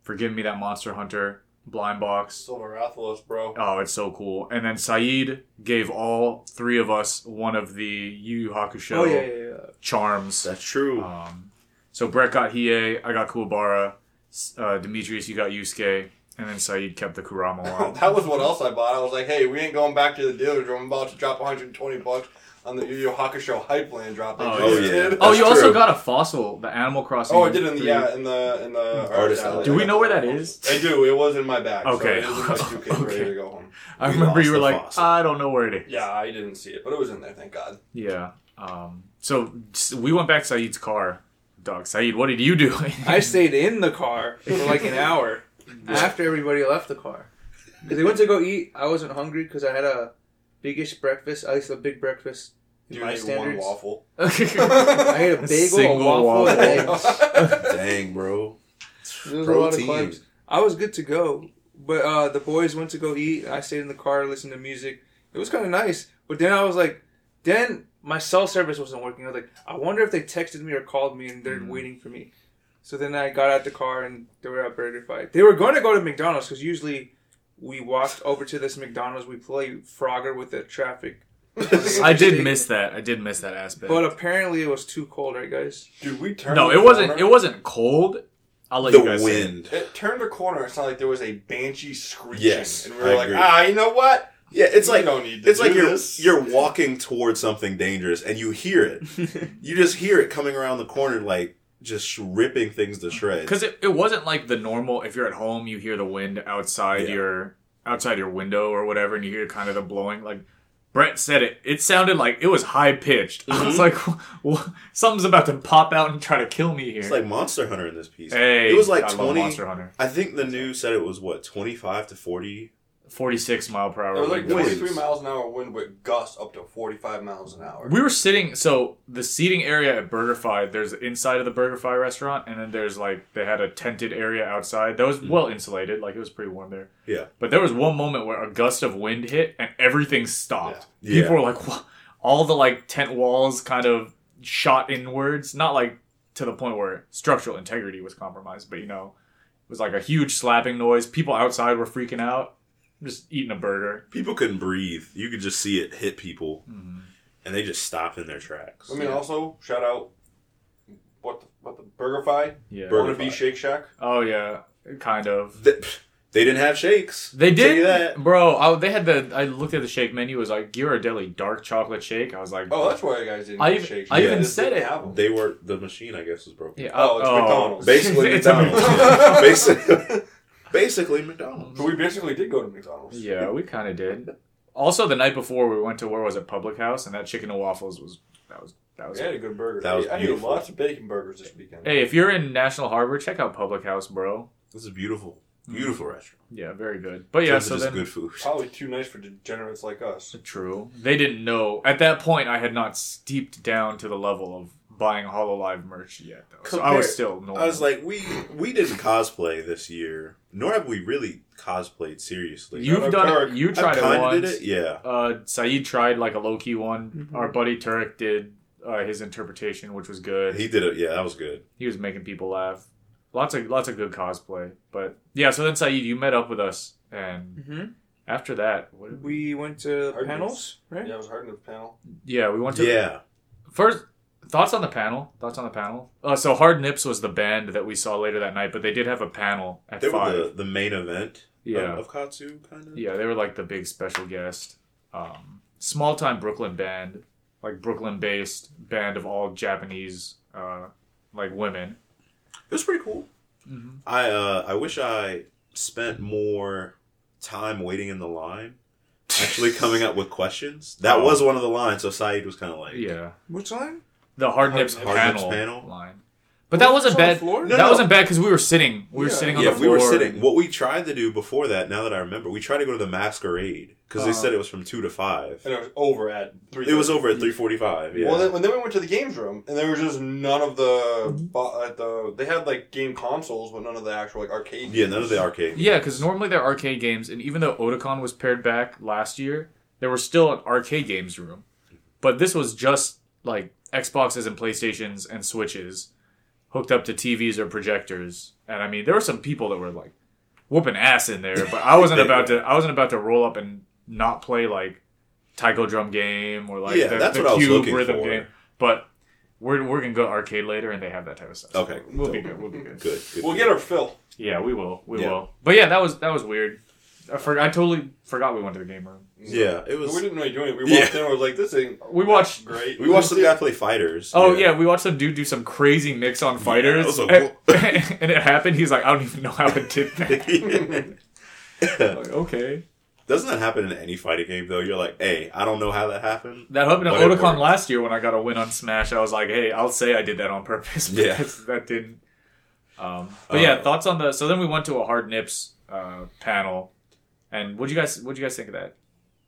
Speaker 4: for giving me that Monster Hunter blind box.
Speaker 5: Silver Rathalos, bro.
Speaker 4: Oh, it's so cool. And then Saeed gave all three of us one of the Yu Yu Hakusho
Speaker 2: oh yeah, yeah, yeah.
Speaker 4: charms.
Speaker 3: Ah, That's true.
Speaker 4: Um, so Brett got Hiei, I got Kuwabara, S- Uh, Demetrius, you got Yusuke, and then Saeed kept the Kurama one.
Speaker 5: that was what else I bought. I was like, hey, we ain't going back to the dealer's room. I'm about to drop 120 bucks on the Yu Yu Hakusho hype land drop. that
Speaker 3: Oh,
Speaker 5: you
Speaker 3: yeah.
Speaker 5: did.
Speaker 4: oh, you
Speaker 3: That's
Speaker 4: also
Speaker 3: true.
Speaker 4: got a fossil, the Animal Crossing.
Speaker 5: Oh, I did in the
Speaker 4: three.
Speaker 5: yeah in the in the
Speaker 3: Artist alley.
Speaker 4: Do we know where that is?
Speaker 5: I do. It was in my bag.
Speaker 4: Okay.
Speaker 5: So it was in my suitcase
Speaker 4: Okay.
Speaker 5: ready to go home.
Speaker 4: I
Speaker 3: We
Speaker 4: remember
Speaker 3: lost
Speaker 4: you were
Speaker 3: the
Speaker 4: like,
Speaker 3: fossil.
Speaker 4: I don't know where it is.
Speaker 5: Yeah, I didn't see it, but it was in there. Thank God.
Speaker 4: Yeah. Um, so s- we went back to Saeed's car. Dog, Saeed, what did you do?
Speaker 2: I stayed in the car for like an hour after everybody left the car. Because they went to go eat. I wasn't hungry because I had a biggish breakfast, at least a big breakfast. in
Speaker 5: Dude,
Speaker 2: my
Speaker 5: I ate one
Speaker 2: standards.
Speaker 5: waffle.
Speaker 2: I ate a bagel, a
Speaker 4: Single
Speaker 2: waffle, and
Speaker 4: waffle.
Speaker 2: eggs.
Speaker 3: Dang, bro.
Speaker 2: There was a lot of
Speaker 3: Protein.
Speaker 2: carbs. I was good to go, but uh, the boys went to go eat. I stayed in the car, listened to music. It was kind of nice, but then I was like, then my cell service wasn't working. I was like, I wonder if they texted me or called me and
Speaker 5: Hmm.
Speaker 2: they're waiting for me. So then I got out the car and they were at Burger Fight. They were going to go to McDonald's because usually we walked over to this McDonald's. We play Frogger with the traffic,
Speaker 4: I did miss that. I did miss that aspect.
Speaker 2: but apparently it was too cold, right, guys?
Speaker 5: Dude, we turned.
Speaker 4: no,
Speaker 5: the
Speaker 4: it wasn't.
Speaker 5: corner.
Speaker 4: It wasn't cold. I'll let you
Speaker 3: The
Speaker 4: guys. say it.
Speaker 3: wind.
Speaker 5: It turned a corner. It's not like there was a banshee screeching,
Speaker 3: Yes,
Speaker 5: and we were
Speaker 3: I
Speaker 5: like,
Speaker 3: agree.
Speaker 5: ah, you know what?
Speaker 3: Yeah, it's
Speaker 5: We
Speaker 3: like
Speaker 5: don't need to
Speaker 3: it's like
Speaker 5: do
Speaker 3: you're
Speaker 5: this.
Speaker 3: you're walking towards something dangerous and you hear it. you just hear it coming around the corner, like just ripping things to shreds.
Speaker 4: because it, it wasn't like the normal if you're at home you hear the wind outside
Speaker 3: Yeah.
Speaker 4: your outside your window or whatever and you hear kind of the blowing like brett said it it sounded like it was high pitched i
Speaker 3: Mm-hmm.
Speaker 4: was like well, something's about to pop out and try to kill me here
Speaker 3: It's like Monster Hunter in this piece.
Speaker 4: hey
Speaker 3: it was like
Speaker 4: I love
Speaker 3: twenty.
Speaker 4: monster hunter
Speaker 3: I think the news said it was what twenty five to forty.
Speaker 4: 46 mile per hour
Speaker 5: It was like
Speaker 4: winds.
Speaker 3: wind.
Speaker 5: 23 miles an hour wind with gusts up to 45 miles an hour.
Speaker 4: we were sitting so the seating area at BurgerFi, there's inside of the BurgerFi restaurant and then there's like they had a tented area outside that
Speaker 3: Mm.
Speaker 4: was well insulated like it was pretty warm there
Speaker 3: Yeah.
Speaker 4: But there was one moment where a gust of wind hit and everything stopped.
Speaker 3: Yeah. Yeah.
Speaker 4: People were like, "What?" All the like tent walls kind of shot inwards, not like to the point where structural integrity was compromised, but you know, it was like a huge slapping noise. People outside were freaking out, just eating a burger.
Speaker 3: People couldn't breathe. You could just see it hit people,
Speaker 4: Mm-hmm.
Speaker 3: and they just stopped in their tracks.
Speaker 5: I mean, also shout out what the, what the BurgerFi
Speaker 4: Yeah.
Speaker 3: Burger-
Speaker 5: wannabe
Speaker 3: BurgerFi.
Speaker 5: Shake Shack.
Speaker 4: Oh yeah, kind of.
Speaker 3: Th- they didn't have shakes.
Speaker 4: They
Speaker 3: Tell you
Speaker 4: did,
Speaker 3: that.
Speaker 4: bro. I, they had the. I looked at the shake menu. It was like Ghirardelli dark chocolate shake. I was like,
Speaker 5: Oh, that's why you guys didn't
Speaker 4: I
Speaker 5: get
Speaker 4: even-
Speaker 5: Shake Shack.
Speaker 4: I
Speaker 5: They
Speaker 4: even
Speaker 5: just
Speaker 4: said
Speaker 5: didn't
Speaker 4: it.
Speaker 5: have 'em.
Speaker 3: They were the machine. I guess was broken.
Speaker 4: yeah.
Speaker 5: Oh, it's McDonald's.
Speaker 3: Basically,
Speaker 4: It's a
Speaker 3: McDonald's.
Speaker 4: McDonald's.
Speaker 3: basically, basically McDonald's.
Speaker 5: So we basically did go to McDonald's.
Speaker 4: Yeah, we kind of did. Also, the night before we went to where was it Public House, and that chicken and waffles was that was that was.
Speaker 5: We had a good burger.
Speaker 3: That was
Speaker 5: I ate
Speaker 3: beautiful.
Speaker 5: lots of bacon burgers this weekend.
Speaker 4: Hey, if you're in National Harbor, check out Public House, bro.
Speaker 3: This is beautiful, beautiful restaurant.
Speaker 4: Yeah, very good. But yeah,
Speaker 3: Terms of
Speaker 4: so
Speaker 3: just
Speaker 4: then
Speaker 3: good food.
Speaker 5: Probably too nice for degenerates like us.
Speaker 4: true. They didn't know at that point. I had not steeped down to the level of buying Hololive merch yet, though. so I was
Speaker 3: Compare-
Speaker 4: still normal.
Speaker 3: I was like, we we didn't cosplay this year, nor have we really cosplayed seriously.
Speaker 4: you've
Speaker 5: I've
Speaker 4: done
Speaker 5: tried-
Speaker 4: it. You
Speaker 3: I
Speaker 4: tried it
Speaker 3: kind of
Speaker 4: once.
Speaker 3: did it, yeah.
Speaker 4: uh, Saeed tried like a low key one. Our buddy Turek did uh, his interpretation, which was good.
Speaker 3: He did it, yeah. That was good.
Speaker 4: he was making people laugh. Lots of lots of good cosplay. But yeah, so then Saeed, you met up with us, and
Speaker 2: Mm-hmm.
Speaker 4: after that, what did
Speaker 2: We
Speaker 4: we,
Speaker 2: went to the
Speaker 5: Hard
Speaker 2: panels, right?
Speaker 5: Yeah, it was hard enough panel.
Speaker 4: yeah, we went to
Speaker 3: Yeah,
Speaker 4: first thoughts on the panel. Thoughts on the panel. Uh, so Hard Nips was the band that we saw later that night, but they did have a panel at
Speaker 3: they
Speaker 4: five.
Speaker 3: were the, the main event. of-
Speaker 4: Yeah.
Speaker 3: of, Katsu kind of.
Speaker 4: yeah, they were like the big special guest. Um, small time Brooklyn band, like Brooklyn based band of all Japanese uh, like women.
Speaker 3: it was pretty cool.
Speaker 4: Mhm.
Speaker 3: I uh, I wish I spent more time waiting in the line, actually coming up with questions. That
Speaker 4: Oh.
Speaker 3: was one of the lines. So Saeed was kind of like,
Speaker 4: Yeah,
Speaker 2: Which line?
Speaker 4: the Hard Nips
Speaker 5: Hard
Speaker 3: Nips
Speaker 4: panel,
Speaker 3: panel.
Speaker 4: line. But that wasn't
Speaker 2: It's on the
Speaker 4: bad.
Speaker 2: floor?
Speaker 3: No,
Speaker 4: that
Speaker 3: no.
Speaker 4: wasn't bad because we were sitting. We were
Speaker 5: Yeah.
Speaker 4: sitting on
Speaker 3: Yeah,
Speaker 4: the
Speaker 3: we
Speaker 4: floor.
Speaker 3: were sitting. What we tried to do before that, now that I remember, we tried to go to the masquerade because they said it was from two to five.
Speaker 5: And it was over at three.
Speaker 3: It was over at three forty-five. Yeah,
Speaker 5: Well, then, when then we went to the games room, and there was just none of the bo- at the they had like game consoles, but none of the actual like arcade.
Speaker 3: yeah, none of the arcade.
Speaker 4: Yeah, because normally they're arcade games, and even though Otakon was paired back last year, there were still an arcade games room. But this was just like Xboxes and PlayStations and Switches hooked up to TVs or projectors. And I mean, there were some people that were like whooping ass in there, but I wasn't
Speaker 3: They
Speaker 4: about
Speaker 3: were.
Speaker 4: to. I wasn't about to roll up and not play like Taiko Drum game or like
Speaker 3: Yeah,
Speaker 4: the,
Speaker 3: that's
Speaker 4: the
Speaker 3: what I was
Speaker 4: Cube
Speaker 3: looking
Speaker 4: rhythm
Speaker 3: for.
Speaker 4: game. But We're, we're gonna go arcade later, and they have that type of stuff. So
Speaker 3: Okay.
Speaker 4: we'll be good. We'll be good.
Speaker 3: Good. good
Speaker 5: We'll
Speaker 3: good.
Speaker 5: get our fill.
Speaker 4: Yeah, we will. We
Speaker 3: Yeah.
Speaker 4: will. But yeah, that was that was weird. I, for, I totally forgot we went to the game room.
Speaker 3: Yeah, it
Speaker 5: But
Speaker 3: was.
Speaker 5: we didn't really do anything. We
Speaker 3: Yeah.
Speaker 5: walked in and was like, this ain't
Speaker 4: We watched.
Speaker 5: great.
Speaker 3: We watched some guy play fighters.
Speaker 4: Oh yeah. we watched some dude do some crazy mix on fighters,
Speaker 3: that was
Speaker 4: and,
Speaker 3: a
Speaker 4: and it happened. He's like, I don't even know how it did that. Like, okay,
Speaker 3: Doesn't that happen in any fighting game though? You're like, hey, I don't know how that happened.
Speaker 4: that happened to
Speaker 3: But it
Speaker 4: Otakon
Speaker 3: worked.
Speaker 4: last year when I got a win on Smash. I was like, hey, I'll say I did that on purpose.
Speaker 3: Yeah.
Speaker 4: because that didn't. Um, but yeah,
Speaker 3: Uh,
Speaker 4: thoughts on the. So then we went to a hard nips uh, panel, and what do you guys what do you guys think of that?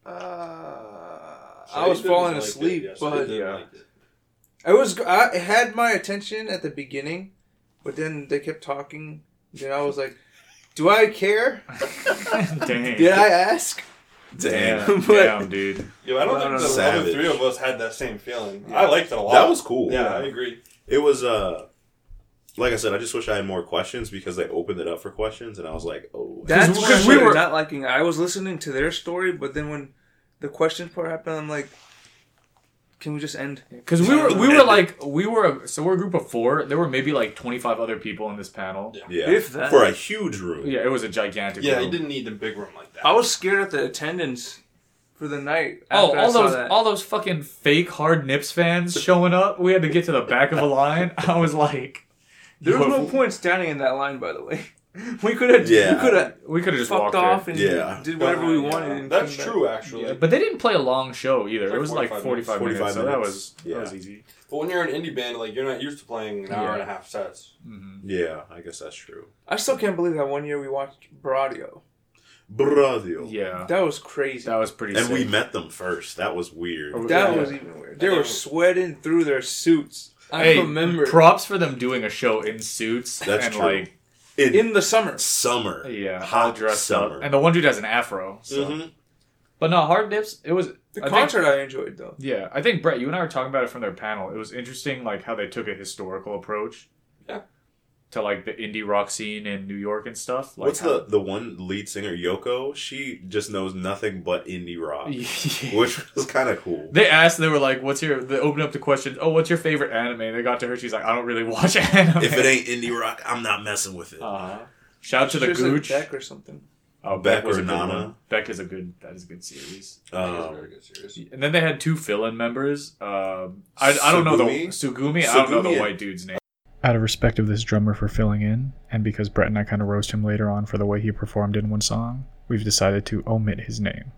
Speaker 5: So
Speaker 2: Uh,
Speaker 6: I was
Speaker 5: he didn't
Speaker 6: falling
Speaker 5: like it.
Speaker 6: asleep,
Speaker 5: Yes, he
Speaker 6: but
Speaker 5: didn't
Speaker 4: Yeah.
Speaker 5: like it.
Speaker 6: I was I it had my attention at the beginning, but then they kept talking. Then I was like, "Do I care?
Speaker 4: Dang.
Speaker 6: Did I ask?"
Speaker 3: Damn.
Speaker 4: Damn,
Speaker 6: But-
Speaker 4: damn, dude.
Speaker 5: Yeah, but I don't
Speaker 2: No, no,
Speaker 5: think the
Speaker 3: Savage.
Speaker 5: other three of us had that same feeling. I liked it a lot.
Speaker 3: That was cool.
Speaker 5: Yeah, I agree.
Speaker 3: It was uh like I said, I just wish I had more questions because they opened it up for questions and I was like, oh
Speaker 2: That's
Speaker 4: Because-
Speaker 2: because
Speaker 4: because
Speaker 2: we
Speaker 4: we
Speaker 2: were
Speaker 4: were-
Speaker 2: not liking.
Speaker 6: Fucking- I was listening to their story, but then when the questions part happened, I'm like, "Can we just end?"
Speaker 4: Because we were we were like we were a, so we're a group of four. There were maybe like twenty five other people in this panel.
Speaker 5: Yeah.
Speaker 3: yeah.
Speaker 2: If that-
Speaker 3: for a huge room.
Speaker 4: Yeah, it was a gigantic.
Speaker 5: Yeah,
Speaker 4: room.
Speaker 5: you didn't need the big room like that.
Speaker 2: I was scared at the attendance for the night.
Speaker 4: Oh,
Speaker 2: after I
Speaker 4: all
Speaker 2: saw
Speaker 4: those
Speaker 2: that.
Speaker 4: all those fucking fake hard nips fans showing up. We had to get to the back of the line. I was like,
Speaker 2: There was
Speaker 4: yo,
Speaker 2: no
Speaker 4: if-
Speaker 2: point standing in that line, by the way. We could have,
Speaker 3: Yeah.
Speaker 2: we could have
Speaker 4: We could have just
Speaker 2: fucked
Speaker 4: walked
Speaker 2: off
Speaker 4: off.
Speaker 2: and
Speaker 3: Yeah.
Speaker 2: did whatever we
Speaker 5: Yeah.
Speaker 2: wanted. and
Speaker 5: That's
Speaker 2: came back.
Speaker 5: true, actually.
Speaker 4: But they didn't play a long show either.
Speaker 5: It
Speaker 4: It was
Speaker 5: was
Speaker 4: like
Speaker 5: 45
Speaker 4: 45 minutes,
Speaker 3: 45
Speaker 4: so that
Speaker 3: minutes.
Speaker 4: was
Speaker 3: Yeah.
Speaker 4: that was easy.
Speaker 5: But when you're an indie band, like you're not used to playing an hour
Speaker 4: Yeah.
Speaker 5: and a half sets.
Speaker 3: Yeah, I guess that's true.
Speaker 6: I still can't believe that one year we watched Bradio.
Speaker 3: Brazil.
Speaker 4: Yeah,
Speaker 6: That was crazy.
Speaker 4: that was pretty.
Speaker 3: And
Speaker 4: sick.
Speaker 3: we met them first. That was weird.
Speaker 6: That
Speaker 4: Yeah.
Speaker 6: was even weird. They were sweating through their suits. I
Speaker 4: Hey,
Speaker 6: remember
Speaker 4: props for them doing a show in suits.
Speaker 3: That's
Speaker 4: and
Speaker 3: true.
Speaker 4: Like,
Speaker 3: In,
Speaker 6: in the summer.
Speaker 3: summer.
Speaker 4: yeah, all
Speaker 3: Hot
Speaker 4: dressed
Speaker 3: summer.
Speaker 4: up. And the one dude has an afro. So.
Speaker 3: Mhm.
Speaker 4: But no, hard nips. It was
Speaker 6: The
Speaker 4: I think-
Speaker 6: concert I enjoyed though.
Speaker 4: Yeah, I think Brett, you and I were talking about it from their panel. It was interesting, like how they took a historical approach.
Speaker 5: Yeah.
Speaker 4: To like the indie rock scene in New York and stuff. Like
Speaker 3: What's
Speaker 4: how-
Speaker 3: the the one lead singer Yoko? She just knows nothing but indie rock,
Speaker 4: Yeah.
Speaker 3: which was kind of cool.
Speaker 4: They asked, they were like, "What's your?" They opened up the questions. Oh, what's your favorite anime? And they got to her. She's like, "I don't really watch anime."
Speaker 3: If it ain't indie rock, I'm not messing with it. Um,
Speaker 4: uh, shout to the
Speaker 6: She was like
Speaker 4: Gooch.
Speaker 6: Beck or something.
Speaker 4: oh,
Speaker 3: Beck or
Speaker 4: good
Speaker 3: Nana.
Speaker 4: one. Beck is a good. That is a good series.
Speaker 5: That was
Speaker 3: Um,
Speaker 5: very good series.
Speaker 4: And then they had two fill-in members. Um, I, I don't know the
Speaker 3: Sugumi?
Speaker 4: Sugumi. I don't know
Speaker 3: Sugumi
Speaker 4: the
Speaker 3: and-
Speaker 4: white dude's name.
Speaker 1: Out of respect of this drummer for filling in, and because Brett and I kind of roast him later on for the way he performed in one song, we've decided to omit his name.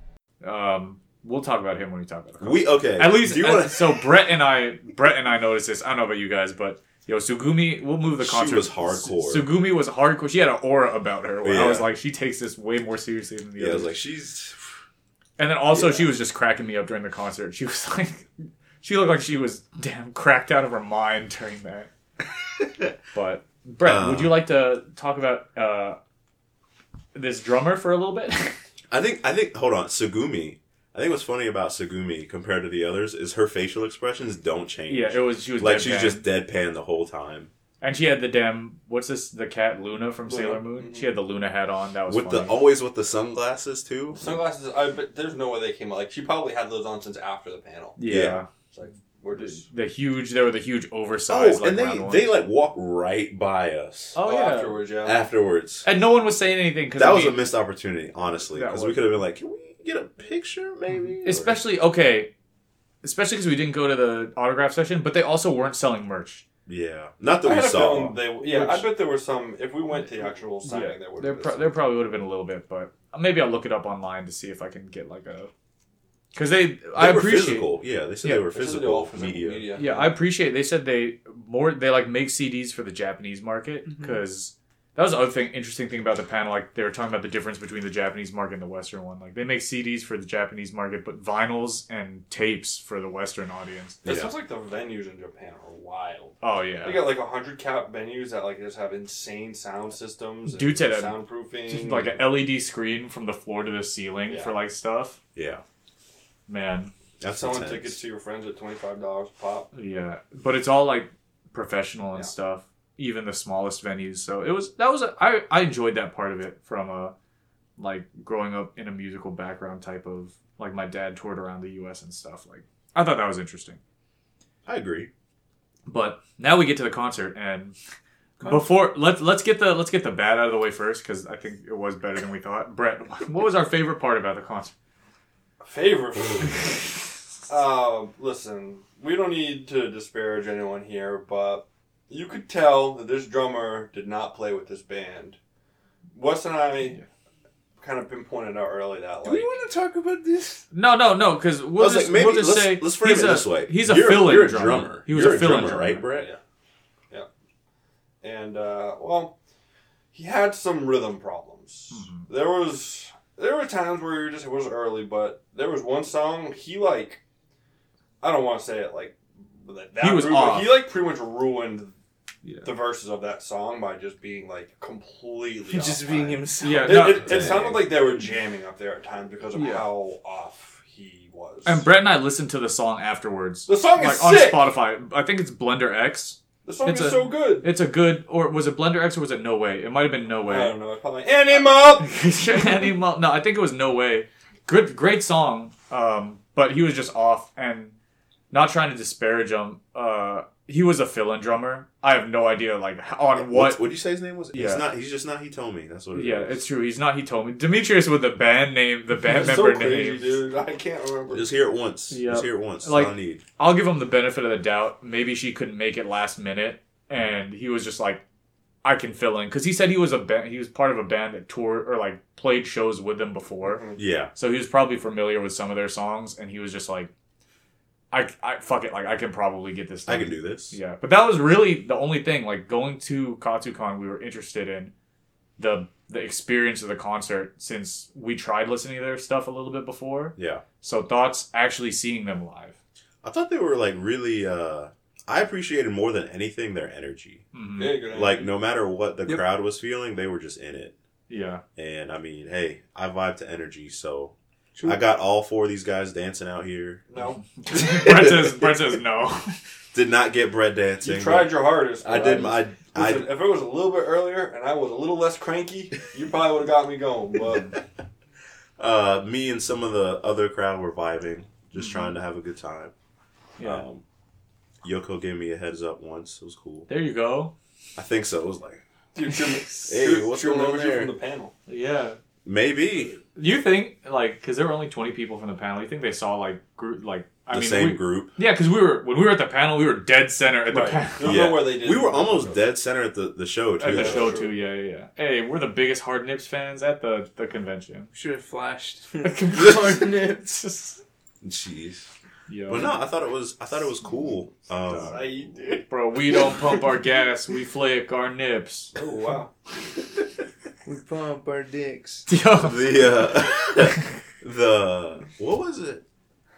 Speaker 4: Um, we'll talk about him when we talk about. Her.
Speaker 3: we okay.
Speaker 4: At least,
Speaker 3: do you
Speaker 4: uh,
Speaker 3: want
Speaker 4: so Brett and I, Brett and I noticed this. I don't know about you guys, but yo, Sugumi, we'll move the
Speaker 3: She
Speaker 4: concert.
Speaker 3: was hardcore.
Speaker 4: Sugumi was hardcore. She had an aura about her. Where I
Speaker 3: Yeah.
Speaker 4: was like, she takes this way more seriously than the
Speaker 3: Yeah, I
Speaker 4: others.
Speaker 3: was like, she's.
Speaker 4: and then also, she was just cracking me up during the concert. She was like, she looked like she was damn cracked out of her mind during that. but Brett,
Speaker 3: Uh.
Speaker 4: would you like to talk about uh, this drummer for a little bit?
Speaker 3: I think. I think. Hold on, Sugumi. I think what's funny about Sugumi compared to the others is her facial expressions don't change.
Speaker 4: yeah, it was. She was
Speaker 3: like
Speaker 4: deadpan.
Speaker 3: she's just deadpan the whole time
Speaker 4: And she had the damn what's this the cat Luna from Sailor Moon? She had the Luna hat on. That was
Speaker 3: with
Speaker 4: funny.
Speaker 3: the always with the sunglasses too.
Speaker 5: Sunglasses. I but there's no way they came out. Like she probably had those on since after the panel.
Speaker 4: yeah.
Speaker 5: It's like we're just.
Speaker 4: The huge they were the huge oversized
Speaker 3: Oh,
Speaker 4: like
Speaker 3: and
Speaker 4: round
Speaker 3: they
Speaker 4: ones.
Speaker 3: they like walk right by us
Speaker 4: Oh yeah.
Speaker 5: Afterwards, yeah.
Speaker 3: afterwards.
Speaker 4: And no one was saying anything because
Speaker 3: That was a missed opportunity, honestly,
Speaker 4: That
Speaker 3: because we
Speaker 4: was- Mm-hmm.
Speaker 3: could have been like, can we get a picture, maybe? Or-
Speaker 4: especially okay, especially because we didn't go to the autograph session, but they also weren't selling merch.
Speaker 3: yeah, not
Speaker 5: I
Speaker 3: that we
Speaker 5: had a
Speaker 3: saw.
Speaker 5: feeling they. Yeah, I
Speaker 4: Which-
Speaker 5: bet there were some. If we went to the actual signing,
Speaker 4: Yeah,
Speaker 5: there would.
Speaker 4: there,
Speaker 5: have
Speaker 4: pro-
Speaker 5: been
Speaker 4: there
Speaker 5: some.
Speaker 4: probably would have been a little bit, but maybe I'll look it up online to see if I can get like a because they,
Speaker 3: They
Speaker 4: I
Speaker 3: were
Speaker 4: appreciate
Speaker 3: physical. Yeah, they said
Speaker 4: Yeah.
Speaker 3: they were
Speaker 5: They said they
Speaker 3: physical
Speaker 5: all for
Speaker 3: media.
Speaker 4: Yeah, I appreciate. They said they more they like make CDs for the Japanese market because that was the other thing interesting thing about the panel. Like they were talking about the difference between the Japanese market and the Western one. Like they make CDs for the Japanese market, but vinyls and tapes for the Western audience.
Speaker 5: That
Speaker 3: Yeah.
Speaker 5: sounds like the venues in Japan are wild.
Speaker 4: Oh
Speaker 5: They
Speaker 4: yeah,
Speaker 5: got like hundred cap venues that like just have insane sound systems. and
Speaker 4: Dude said a-
Speaker 5: soundproofing.
Speaker 4: Just like an LED screen from the floor to the ceiling
Speaker 5: Yeah.
Speaker 4: for like stuff.
Speaker 3: Yeah,
Speaker 4: Man,
Speaker 3: that's
Speaker 5: selling
Speaker 3: intense.
Speaker 5: tickets to your friends at twenty five dollars pop.
Speaker 4: yeah, but it's all like professional and
Speaker 5: Yeah.
Speaker 4: stuff. Even the smallest venues. So it was that was a, I I enjoyed that part of it from a. like growing up in a musical background type of like my dad toured around the US and stuff like I thought that was interesting.
Speaker 3: I agree.
Speaker 4: But now we get to the concert and before let's let's get the let's get the bad out of the way first because I think it was better than we thought. Brett, what was our favorite part about the concert?
Speaker 5: Favorite food. uh, listen, we don't need to disparage anyone here, but you could tell that this drummer did not play with this band. Wes and I kind of pinpointed out early that
Speaker 6: Do
Speaker 5: like
Speaker 6: we want to talk about this?
Speaker 4: No, no, no, because
Speaker 3: I
Speaker 4: we'll
Speaker 3: was
Speaker 4: just
Speaker 3: like, maybe
Speaker 4: we'll just
Speaker 3: let's,
Speaker 4: say
Speaker 3: let's frame
Speaker 4: he's
Speaker 3: it
Speaker 4: a,
Speaker 3: this way.
Speaker 4: He's a
Speaker 3: You're-
Speaker 4: fill-in
Speaker 3: You're a
Speaker 4: drummer.
Speaker 3: drummer.
Speaker 4: He was
Speaker 3: You're
Speaker 4: a fill-in drummer.
Speaker 3: right, Brett?
Speaker 5: and uh, well, he had some rhythm problems.
Speaker 4: Mhm.
Speaker 5: There was there were times where he just it was early, but there was one song he like I don't want to say it like that, that
Speaker 4: He was
Speaker 5: rude, but
Speaker 4: off.
Speaker 5: he like pretty much ruined
Speaker 4: Yeah.
Speaker 5: the verses of that song by just being like completely
Speaker 6: Just
Speaker 5: off
Speaker 6: being
Speaker 5: time.
Speaker 6: himself.
Speaker 4: Yeah,
Speaker 5: It,
Speaker 4: no,
Speaker 5: it, it
Speaker 3: Dang.
Speaker 5: sounded like they were jamming up there at times because of
Speaker 4: Yeah.
Speaker 5: how off he was.
Speaker 4: and Brett and I listened to the song afterwards,
Speaker 5: the song is
Speaker 4: like on
Speaker 5: sick.
Speaker 4: Spotify. I think it's Blender X.
Speaker 5: The song
Speaker 4: It's
Speaker 5: is
Speaker 4: a-
Speaker 5: so good.
Speaker 4: It's a good, or was it Blender X or was it No Way? It might have been No
Speaker 5: I don't
Speaker 4: Way.
Speaker 5: know. It's probably animal.
Speaker 4: Any mo- no, I think it was No Way. Good, great song. Um, but he was just off, and not trying to disparage him. Uh, he was a fill-in drummer. I have no idea, like h- on what.
Speaker 3: What would you say his name was?
Speaker 4: Yeah.
Speaker 3: He's not. He's just not. He told me. That's what. It
Speaker 4: yeah,
Speaker 3: is.
Speaker 4: it's true. He's not. He told me Demetrius with the band name, the band
Speaker 5: It's
Speaker 4: member
Speaker 5: so crazy,
Speaker 4: name.
Speaker 5: dude. I can't remember.
Speaker 3: Just hear it once.
Speaker 4: Yeah.
Speaker 3: Just hear it once. That's
Speaker 4: Like-
Speaker 3: all I need.
Speaker 4: I'll give him the benefit of the doubt. Maybe she couldn't make it last minute, and he was just like, "I can fill in," because he said he was a band. He was part of a band that toured or like played shows with them before,
Speaker 3: Yeah.
Speaker 4: so he was probably familiar with some of their songs, and he was just like, "I, I fuck it, like I can probably get this.
Speaker 3: I
Speaker 4: done."
Speaker 3: can do this.
Speaker 4: Yeah, but that was really the only thing. Like going to KatsuCon, we were interested in the the experience of the concert since we tried listening to their stuff a little bit before.
Speaker 3: Yeah.
Speaker 4: So thoughts actually seeing them live.
Speaker 3: I thought they were like really. uh I appreciated more than anything their energy.
Speaker 4: Mhm.
Speaker 5: Very good.
Speaker 3: Like no matter what the
Speaker 6: Yep.
Speaker 3: crowd was feeling, they were just in it.
Speaker 4: Yeah.
Speaker 3: And I mean, hey, I vibe to energy, so
Speaker 6: True.
Speaker 3: I got all four of these guys dancing out here.
Speaker 5: no,
Speaker 4: Brett says, Brett says no.
Speaker 3: Did not get bread dancing.
Speaker 5: you tried your hardest.
Speaker 3: but I
Speaker 5: but
Speaker 3: did.
Speaker 5: just-
Speaker 3: I I
Speaker 5: Listen, if it was a little bit earlier and I was a little less cranky, you probably would have got me going. But
Speaker 3: uh, me and some of the other crowd were vibing, just trying to have a good time.
Speaker 4: Yeah.
Speaker 3: Um, Yoko gave me a heads up once. It was cool.
Speaker 4: There you go.
Speaker 3: I think so. It was like
Speaker 5: dude, she,
Speaker 3: Hey, what's going on there?
Speaker 5: from the panel?
Speaker 4: Yeah.
Speaker 3: maybe
Speaker 4: You think like because there were only twenty people from the panel. You think they saw like group like I
Speaker 3: the
Speaker 4: mean
Speaker 3: same
Speaker 4: we,
Speaker 3: group.
Speaker 4: yeah because we were when we were at the panel we were dead center at the
Speaker 5: Right.
Speaker 4: panel
Speaker 5: Don't know where they did
Speaker 3: We
Speaker 5: it.
Speaker 3: were almost dead center at the, the show too.
Speaker 4: at the
Speaker 5: Yeah.
Speaker 4: show too. Yeah, yeah, yeah. Hey, we're the biggest hard nips fans at the the convention.
Speaker 2: Should have flashed.
Speaker 4: hard nips.
Speaker 3: Jeez.
Speaker 4: Yo,
Speaker 3: But no, I thought it was I thought it was cool. Um,
Speaker 5: Hey, dude.
Speaker 4: bro, we don't pump our gas. We flick our nips.
Speaker 5: Oh wow!
Speaker 6: We pump our dicks.
Speaker 4: Yo,
Speaker 3: the uh, the what was it?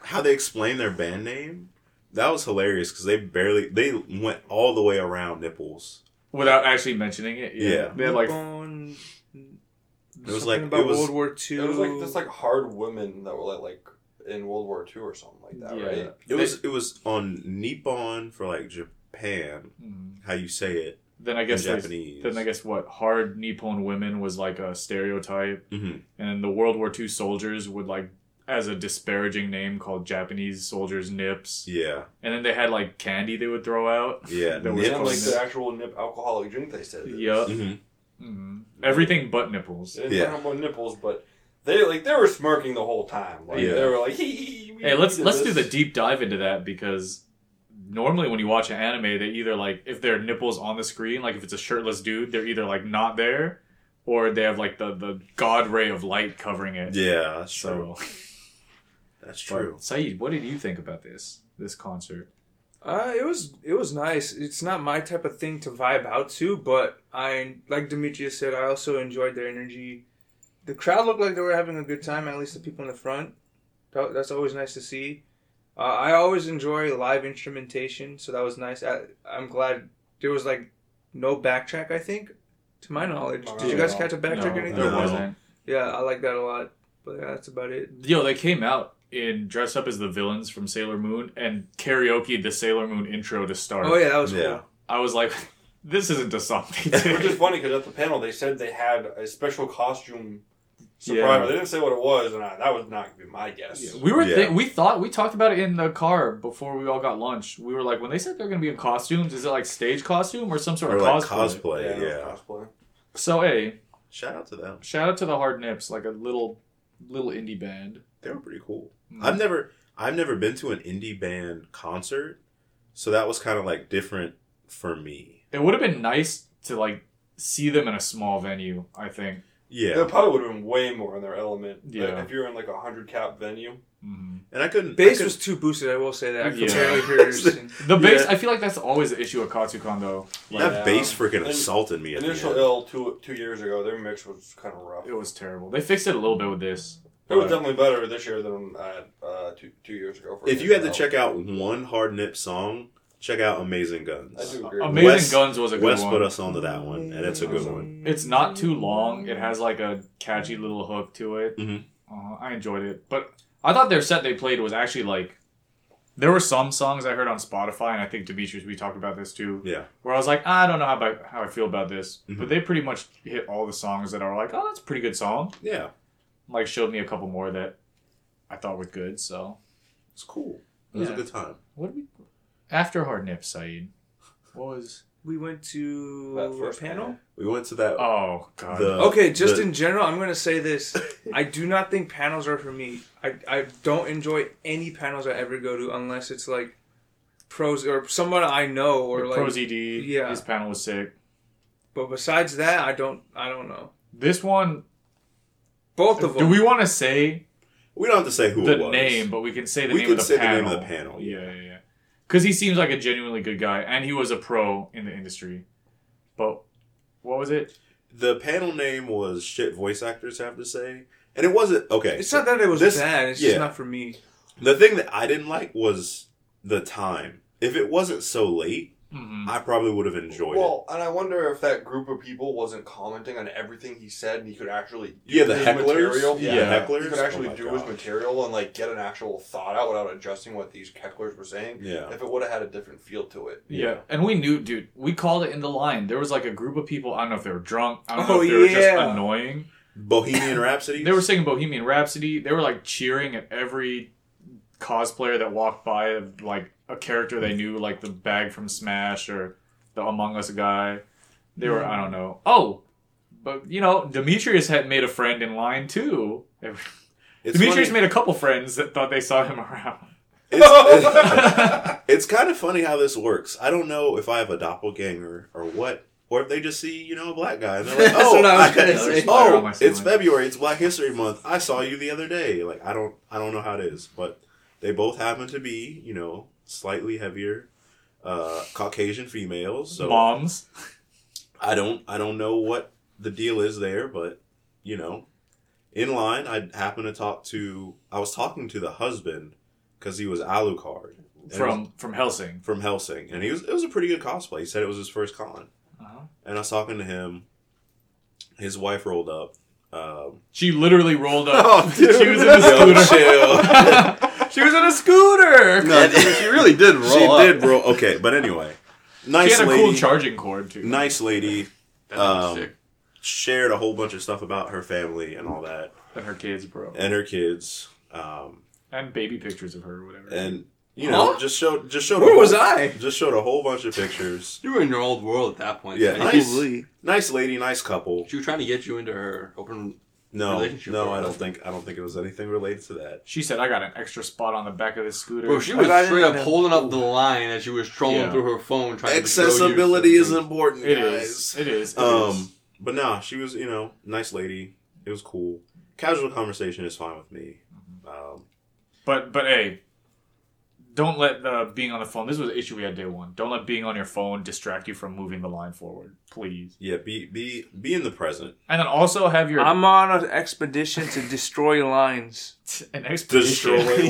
Speaker 3: How they explained their band name? That was hilarious because they barely they went all the way around nipples.
Speaker 4: without actually mentioning it. Yeah,
Speaker 3: Yeah.
Speaker 4: they had like
Speaker 2: Nippon-
Speaker 3: It was
Speaker 2: something
Speaker 3: like- it
Speaker 2: about
Speaker 3: was-
Speaker 2: World War II.
Speaker 5: It was like this like hard women that were like like in World War II or something like that,
Speaker 4: Yeah.
Speaker 5: right?
Speaker 3: It was it was on Nippon for like Japan.
Speaker 4: mm,
Speaker 3: How you say it
Speaker 4: then I guess
Speaker 3: in
Speaker 4: they-
Speaker 3: Japanese?
Speaker 4: then I guess what hard Nippon women was like a stereotype.
Speaker 3: Mhm.
Speaker 4: and the World War II soldiers would like as a disparaging name called Japanese soldiers nips,
Speaker 3: Yeah,
Speaker 4: and then they had like candy they would throw out.
Speaker 3: yeah.
Speaker 4: There was
Speaker 5: Yeah, like
Speaker 3: Nipples.
Speaker 5: the actual nip alcoholic drink they said.
Speaker 4: Yup.
Speaker 3: Mhm.
Speaker 4: hmm Everything but nipples.
Speaker 5: They didn't
Speaker 3: Yeah.
Speaker 5: talk about nipples, but they like they were smirking the whole time. Like
Speaker 3: Yeah.
Speaker 5: they were like, hee, hee, we-
Speaker 4: Hey,
Speaker 5: we
Speaker 4: let's
Speaker 5: did
Speaker 4: let's do
Speaker 5: this."
Speaker 4: the deep dive into that because normally when you watch an anime, they either like if their nipples on the screen, like if it's a shirtless dude, they're either like not there, or they have like the the god ray of light covering it.
Speaker 3: Yeah, that's true.
Speaker 4: So,
Speaker 3: That's true.
Speaker 4: but, Saeed, what did you think about this this concert?
Speaker 2: Uh, it was it was nice. It's not my type of thing to vibe out to, but I like Demetrius said. I also enjoyed their energy. The crowd looked like they were having a good time. At least the people in the front. Tha- That's always nice to see. Uh, I always enjoy live instrumentation, so that was nice. I, I'm glad there was like no backtrack. I think, to my knowledge, did you guys catch a backtrack or anything?
Speaker 4: there
Speaker 3: No.
Speaker 4: wasn't.
Speaker 2: Yeah, I like that a lot. But yeah, that's about it.
Speaker 4: Yo, they came out in dress up as the villains from Sailor Moon and karaoke the Sailor Moon intro to start.
Speaker 2: Oh yeah, that was
Speaker 3: Yeah.
Speaker 4: I was like, this isn't a song they
Speaker 5: Which is
Speaker 4: did.
Speaker 5: funny because at the panel they said they had a special costume Surprise! They didn't say what it was, and I, that would not be my guess.
Speaker 4: Yeah, we were
Speaker 3: Yeah.
Speaker 4: thi- we thought we talked about it in the car before we all got lunch. We were like, when they said they're gonna be in costumes, is it like stage costume or some sort
Speaker 3: or
Speaker 4: of
Speaker 3: like
Speaker 4: cosplay?
Speaker 3: cosplay. Yeah.
Speaker 5: it was cosplay.
Speaker 4: So hey,
Speaker 3: Shout out to them.
Speaker 4: shout out to the Hard Nips, like a little little indie band.
Speaker 3: They were pretty cool.
Speaker 4: Mm.
Speaker 3: I've never I've never been to an indie band concert, so that was kind of like different for me.
Speaker 4: It would have been nice to like see them in a small venue. I think.
Speaker 3: Yeah,
Speaker 5: They probably would have been way more in their element.
Speaker 4: Yeah.
Speaker 5: Like, if you're in like a hundred cap venue,
Speaker 4: hmm
Speaker 3: and I couldn't. I
Speaker 2: Bass
Speaker 3: couldn't-
Speaker 2: was too boosted, I will say that. I could
Speaker 4: Yeah.
Speaker 2: barely hear your-
Speaker 4: The
Speaker 3: Yeah.
Speaker 4: bass. I feel like that's always the issue at Katsukan though.
Speaker 3: that
Speaker 5: Yeah.
Speaker 3: bass freaking
Speaker 5: In-
Speaker 3: assaulted me at the
Speaker 5: Initial
Speaker 3: end.
Speaker 5: L two two years ago, their mix was kind of rough.
Speaker 4: It was terrible. They fixed it a little bit with this.
Speaker 5: It was
Speaker 4: but-
Speaker 5: definitely better this year than uh, uh, two two years ago. For
Speaker 3: If you had to
Speaker 5: Initial
Speaker 3: check out one hard nip song, check out Amazing
Speaker 5: L. I
Speaker 3: Guns.
Speaker 5: do agree. with
Speaker 4: Amazing
Speaker 3: Wes-
Speaker 4: Guns was a good
Speaker 3: Wes
Speaker 4: one.
Speaker 3: put us onto that one, and it's a good one.
Speaker 4: It's not too long. It has like a catchy little hook to it.
Speaker 3: Mhm.
Speaker 2: Mm-hmm.
Speaker 4: Uh, I enjoyed it, but I thought their set they played was actually like. There were some songs I heard on Spotify, and I think Demetrius we talked about this too,
Speaker 3: Yeah,
Speaker 4: where I was like, "Ah, I don't know how I, how I feel about this,
Speaker 3: Mhm.
Speaker 4: but they pretty much hit all the songs that are like, oh, that's a pretty good song.
Speaker 3: yeah,
Speaker 4: Like showed me a couple more that I thought were good. So
Speaker 3: it's cool. It was
Speaker 4: Yeah.
Speaker 3: a good time.
Speaker 4: what did we after Hard Nip Saeed? What was
Speaker 2: We went to
Speaker 5: That
Speaker 2: a
Speaker 5: first
Speaker 2: panel.
Speaker 3: We went to that.
Speaker 4: oh god
Speaker 3: the,
Speaker 2: Okay, just
Speaker 3: the-
Speaker 2: in general, I'm gonna say this. I do not think panels are for me. I, I don't enjoy any panels I ever go to unless it's like pros or someone I know or like.
Speaker 4: Pro ZD?
Speaker 2: yeah.
Speaker 4: his panel was sick.
Speaker 2: But besides that, I don't I don't know.
Speaker 4: This one,
Speaker 2: Both of them.
Speaker 4: do we want to say
Speaker 3: we don't have to say who
Speaker 4: the
Speaker 3: it was.
Speaker 4: name, but we can say the
Speaker 3: We
Speaker 4: name
Speaker 3: can
Speaker 4: of the
Speaker 3: say the
Speaker 4: panel.
Speaker 3: name of the panel.
Speaker 4: Yeah, yeah, yeah. Because he seems like a genuinely good guy, and he was a pro in the industry. But what was it?
Speaker 3: The panel name was shit. Voice actors have to say, and it wasn't okay.
Speaker 2: It's not that it was
Speaker 3: This-
Speaker 2: bad. It's
Speaker 3: yeah.
Speaker 2: just not for me.
Speaker 3: The thing that I didn't like was the time. If it wasn't so late,
Speaker 4: Mm-hmm.
Speaker 3: I probably would have
Speaker 5: that.
Speaker 3: enjoyed
Speaker 5: Well, and I wonder if that group of people wasn't commenting on everything he said, and he could actually do
Speaker 3: it. Yeah, the
Speaker 5: his
Speaker 3: hecklers.
Speaker 5: material.
Speaker 3: Yeah,
Speaker 4: Yeah.
Speaker 3: the hecklers.
Speaker 5: He could actually
Speaker 3: Oh my
Speaker 5: do his
Speaker 3: God.
Speaker 5: material and like get an actual thought out without adjusting what these hecklers were saying.
Speaker 3: Yeah,
Speaker 5: If it would have had a different feel to it.
Speaker 4: Yeah. and we knew, dude. We called it in the line. There was like a group of people. I don't know if they were drunk. I don't know
Speaker 2: Oh,
Speaker 4: if they were just
Speaker 2: yeah.
Speaker 4: annoying.
Speaker 3: Bohemian Rhapsody.
Speaker 4: They were singing Bohemian Rhapsody. They were like cheering at every cosplayer that walked by, of, like a character they knew, like the bag from Smash or the Among Us guy. They were, I don't know. Oh, but you know, Demetrius had made a friend in line too.
Speaker 3: It's
Speaker 4: Demetrius
Speaker 3: funny-
Speaker 4: made a couple friends that thought they saw him around.
Speaker 3: It's, it's kind of funny how this works. I don't know if I have a doppelganger or what, or if they just see you know a black guy and they're like,
Speaker 6: That's
Speaker 3: "Oh,
Speaker 6: what I was gonna
Speaker 3: I-
Speaker 6: say.
Speaker 4: Spider on
Speaker 3: oh,
Speaker 4: my
Speaker 3: it's
Speaker 4: ceiling.
Speaker 3: February. It's Black History Month. I saw you the other day." Like I don't, I don't know how it is, but they both happen to be you know slightly heavier uh, Caucasian females. So
Speaker 4: Moms.
Speaker 3: I don't, I don't know what the deal is there, but you know, in line, I happened to talk to. I was talking to the husband because he was Alucard And it was-
Speaker 4: from from Helsing.
Speaker 3: from Helsing, and he was it was a pretty good cosplay. He said it was his first con,
Speaker 4: Uh-huh.
Speaker 3: and I was talking to him. His wife rolled up. Um,
Speaker 4: She literally rolled up.
Speaker 3: Oh, dude.
Speaker 4: She was in a
Speaker 3: Yo,
Speaker 4: scooter. she was in a scooter.
Speaker 3: No,
Speaker 5: she really did roll.
Speaker 3: she did roll. Okay, but anyway,
Speaker 4: She
Speaker 3: nice
Speaker 4: had a
Speaker 3: lady.
Speaker 4: cool charging cord too.
Speaker 3: nice lady
Speaker 7: That sounds
Speaker 3: Um,
Speaker 7: sick.
Speaker 3: shared a whole bunch of stuff about her family and all that,
Speaker 4: And her kids, bro.
Speaker 3: and her kids, um,
Speaker 4: and baby pictures of her, or whatever.
Speaker 3: and you know,
Speaker 7: Huh?
Speaker 3: just showed just showed.
Speaker 2: Where
Speaker 3: a
Speaker 2: was
Speaker 3: whole-
Speaker 2: I?
Speaker 3: Just showed a whole bunch of pictures.
Speaker 7: You were in your old world at that point.
Speaker 3: Yeah,
Speaker 7: man.
Speaker 3: nice, nice lady, nice couple.
Speaker 7: She was trying to get you into her open.
Speaker 3: No,
Speaker 7: Relationship
Speaker 3: no, I
Speaker 7: or-
Speaker 3: don't think I don't think it was anything related to that.
Speaker 4: she said, "I got an extra spot on the back of this scooter."
Speaker 7: Bro, she
Speaker 4: I
Speaker 7: was
Speaker 4: got it.
Speaker 7: straight up holding up the line as she was trolling
Speaker 4: Yeah.
Speaker 7: through her phone trying
Speaker 3: Accessibility
Speaker 7: to show
Speaker 3: is
Speaker 7: you something.
Speaker 3: important,
Speaker 4: It
Speaker 3: guys.
Speaker 4: is. It is. It
Speaker 3: Um, but nah, she was you know nice lady. It was cool. Casual conversation is fine with me. Um,
Speaker 4: is. But but hey, don't let the being on the phone. This was an issue we had day one. Don't let being on your phone distract you from moving the line forward, please.
Speaker 3: yeah, be be be in the present.
Speaker 4: And then also have your
Speaker 2: I'm on an expedition to destroy lines.
Speaker 4: an expedition.
Speaker 3: Destroy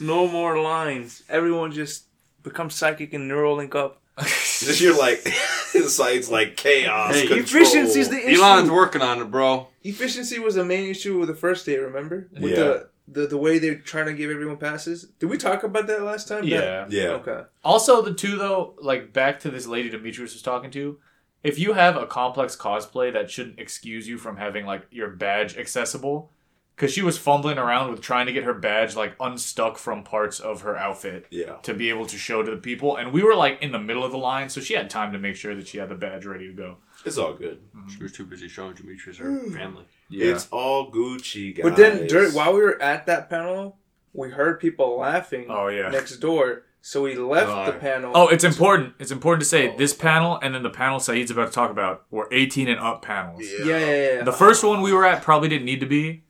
Speaker 2: No more lines. Everyone just become psychic and neuralink up.
Speaker 3: This year, like sites like chaos.
Speaker 7: Hey,
Speaker 3: control.
Speaker 2: Efficiency is the issue.
Speaker 7: Elon's working on it, bro.
Speaker 6: Efficiency was the main issue with the first day. Remember with
Speaker 3: Yeah.
Speaker 6: the, the the way they're trying to give everyone passes. Did we talk about that last time?
Speaker 4: yeah.
Speaker 3: yeah.
Speaker 6: Okay.
Speaker 4: Also, the two though, like back to this lady Demetrius was talking to, if you have a complex cosplay, that shouldn't excuse you from having like your badge accessible. Because she was fumbling around with trying to get her badge like unstuck from parts of her outfit
Speaker 3: Yeah.
Speaker 4: to be able to show to the people, and we were like in the middle of the line, so she had time to make sure that she had the badge ready to go.
Speaker 3: It's all good.
Speaker 7: She was too busy showing Demetrius her family.
Speaker 3: It's all Gucci, guys.
Speaker 6: But then, during, while we were at that panel, we heard people laughing
Speaker 4: Oh yeah.
Speaker 6: next door. So we left the
Speaker 7: God.
Speaker 6: panel.
Speaker 4: Oh, it's important. It's important to
Speaker 7: Oh.
Speaker 4: say this panel and then the panel Saeed's about to talk about were 18 and up panels.
Speaker 6: yeah, yeah, yeah. yeah.
Speaker 4: The first one we were at probably didn't need to be.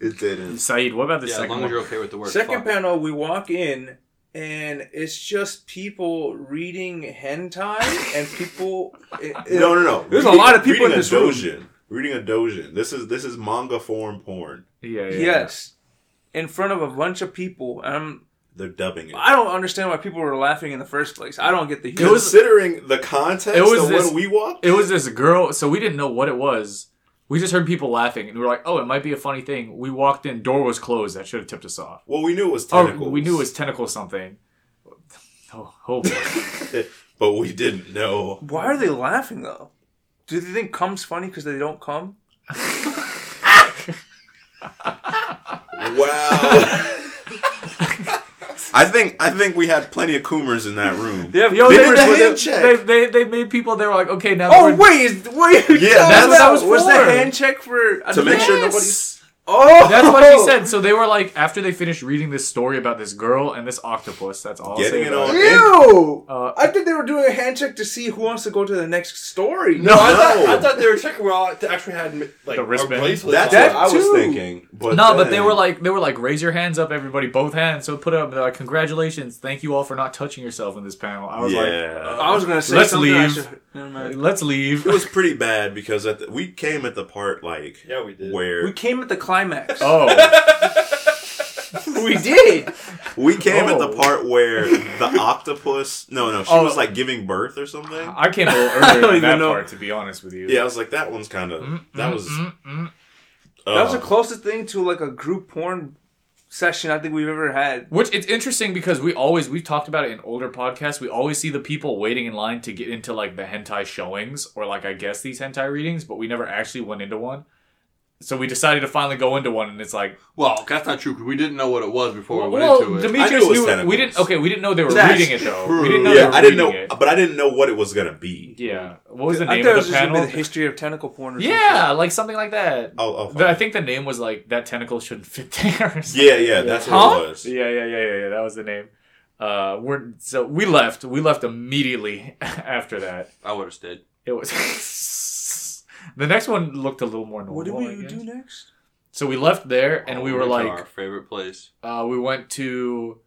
Speaker 3: It didn't.
Speaker 4: Saeed, what about the
Speaker 7: Yeah, as
Speaker 4: second
Speaker 7: long as
Speaker 4: one?
Speaker 7: you're okay with the word.
Speaker 6: Second
Speaker 7: fuck.
Speaker 6: panel, we walk in, and it's just people reading hentai, and people. it- it-
Speaker 3: No, no, no.
Speaker 6: There's a lot of people in
Speaker 3: reading a
Speaker 6: this room.
Speaker 3: doujin. Reading a doujin. This is this is manga form porn.
Speaker 4: yeah, yeah, yeah.
Speaker 2: Yes. In front of a bunch of people, and I'm,
Speaker 3: They're dubbing it.
Speaker 2: I don't understand why people were laughing in the first place. I don't get the humor.
Speaker 3: Considering the context
Speaker 4: it was
Speaker 3: of
Speaker 4: this-
Speaker 3: when we walked,
Speaker 4: It was this girl, so we didn't know what it was. We just heard people laughing, and we were like, "Oh, it might be a funny thing." We walked in, door was closed. That should have tipped us off.
Speaker 3: well, we knew it was
Speaker 4: Oh,
Speaker 3: tentacles.
Speaker 4: we knew it was tentacle something. Oh, oh boy.
Speaker 3: but we didn't know.
Speaker 2: Why are they laughing though? Do they think cum's funny because they don't cum?
Speaker 3: Wow. I think I think we had plenty of coomers in that room.
Speaker 2: Yeah,
Speaker 4: Yo,
Speaker 3: They
Speaker 4: they,
Speaker 3: did
Speaker 4: were,
Speaker 3: the
Speaker 4: they,
Speaker 3: hand
Speaker 4: they,
Speaker 3: check.
Speaker 4: they they made people. They were like, "Okay, now."
Speaker 2: Oh
Speaker 4: we're-
Speaker 2: wait, is, wait.
Speaker 3: Yeah,
Speaker 2: that's
Speaker 3: that's
Speaker 2: what that was.
Speaker 4: what it
Speaker 2: Was the
Speaker 4: was for.
Speaker 2: hand check for
Speaker 3: to make sure
Speaker 4: Yes.
Speaker 3: nobody's
Speaker 2: Oh,
Speaker 4: That's what he said. So they were like, after they finished reading this story about this girl and this octopus, that's all. I'll
Speaker 3: Getting
Speaker 4: say
Speaker 3: it
Speaker 4: about
Speaker 3: on.
Speaker 6: Ew!
Speaker 4: Uh,
Speaker 6: I thought they were doing a hand check to see who wants to go to the next story.
Speaker 4: No,
Speaker 5: I,
Speaker 3: No.
Speaker 5: thought, I thought they were checking well they actually had like
Speaker 4: The wristband.
Speaker 5: our bracelets
Speaker 3: That's
Speaker 5: on.
Speaker 3: what I was
Speaker 6: too.
Speaker 3: thinking. But
Speaker 4: no, but they
Speaker 3: then-
Speaker 4: were like, they were like, raise your hands up, everybody, both hands. So put up, they're like, congratulations, thank you all for not touching yourself in this panel. I was
Speaker 3: yeah.
Speaker 2: I was gonna say
Speaker 4: Let's
Speaker 2: something. I
Speaker 4: leave.
Speaker 2: should- Never
Speaker 4: like,
Speaker 2: mind.
Speaker 4: let's leave.
Speaker 3: it was pretty bad because at the, we came at the part like
Speaker 5: Yeah, we did.
Speaker 3: where
Speaker 2: We
Speaker 3: we,
Speaker 2: came at the climax.
Speaker 4: oh,
Speaker 6: we did.
Speaker 3: came at
Speaker 4: Oh.
Speaker 3: the part where the octopus. No, no, she
Speaker 4: Oh. Ah.
Speaker 3: was like giving birth or something.
Speaker 4: I came a
Speaker 2: I
Speaker 4: little
Speaker 2: don't
Speaker 4: earlier than
Speaker 2: even
Speaker 4: that
Speaker 2: know.
Speaker 4: part, to be honest with you.
Speaker 3: Yeah, I was like that one's kind of that was
Speaker 4: Mm, mm.
Speaker 2: That
Speaker 4: Oh.
Speaker 2: was the
Speaker 3: uh,
Speaker 2: closest thing to like a group porn session I think we've ever had.
Speaker 4: Which it's interesting because we always we've talked about it in older podcasts. We always see the people waiting in line to get into like the hentai showings or like I guess these hentai readings, but we never actually went into one. So we decided to finally go into one, and it's like,
Speaker 7: Well, that's not true because we didn't know what it was before we went
Speaker 4: well,
Speaker 7: into it.
Speaker 3: I knew
Speaker 4: Demetrius
Speaker 3: it was
Speaker 4: knew it. We
Speaker 3: tentacles.
Speaker 4: didn't. Okay, we didn't know they were
Speaker 2: That's
Speaker 4: reading it though. We didn't know.
Speaker 3: yeah,
Speaker 4: they were
Speaker 3: I didn't know,
Speaker 4: reading It.
Speaker 3: but I didn't know what it was gonna be.
Speaker 4: Yeah. What was the
Speaker 2: I
Speaker 4: name
Speaker 2: thought it was
Speaker 4: of
Speaker 2: just
Speaker 4: the
Speaker 2: gonna be
Speaker 4: panel?
Speaker 2: the history of tentacle porn. Or
Speaker 4: yeah, like something like that.
Speaker 3: I'll, I'll
Speaker 4: The- I
Speaker 3: find-
Speaker 4: think the name was like that tentacle shouldn't fit there. or something.
Speaker 3: yeah, yeah, that's what
Speaker 2: Huh?
Speaker 3: it was.
Speaker 4: Yeah, yeah, yeah, yeah, yeah. That was the name. Uh, we're so we left. We left immediately after that.
Speaker 7: I would have stayed.
Speaker 4: It was the next one looked a little more normal.
Speaker 2: What did
Speaker 4: I
Speaker 2: we
Speaker 4: guess.
Speaker 2: do next?
Speaker 4: So we left there,
Speaker 5: Oh,
Speaker 4: and we were
Speaker 7: to
Speaker 4: like,
Speaker 7: our favorite place.
Speaker 4: uh, we went to.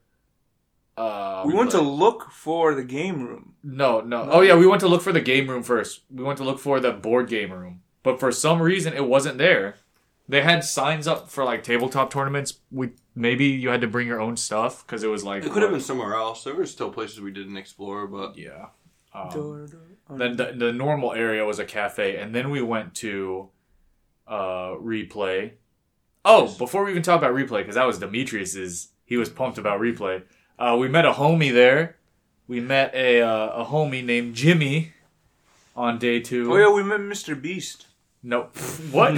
Speaker 4: Uh,
Speaker 2: We went to look for the game room.
Speaker 4: No, no. Oh yeah, we went to look for the game room first. We went to look for the board game room, but for some reason it wasn't there. They had signs up for like tabletop tournaments. We maybe you had to bring your own stuff because it was like
Speaker 7: It could have been somewhere else. There were still places we didn't explore, but
Speaker 4: yeah. Um, then the, the normal area was a cafe, and then we went to uh, replay. Oh, before we even talk about replay, because that was Demetrius's. He was pumped about replay. Uh, we met a homie there. We met a uh, a homie named Jimmy on day two.
Speaker 2: Oh yeah, we met Mr. Beast.
Speaker 4: No, what?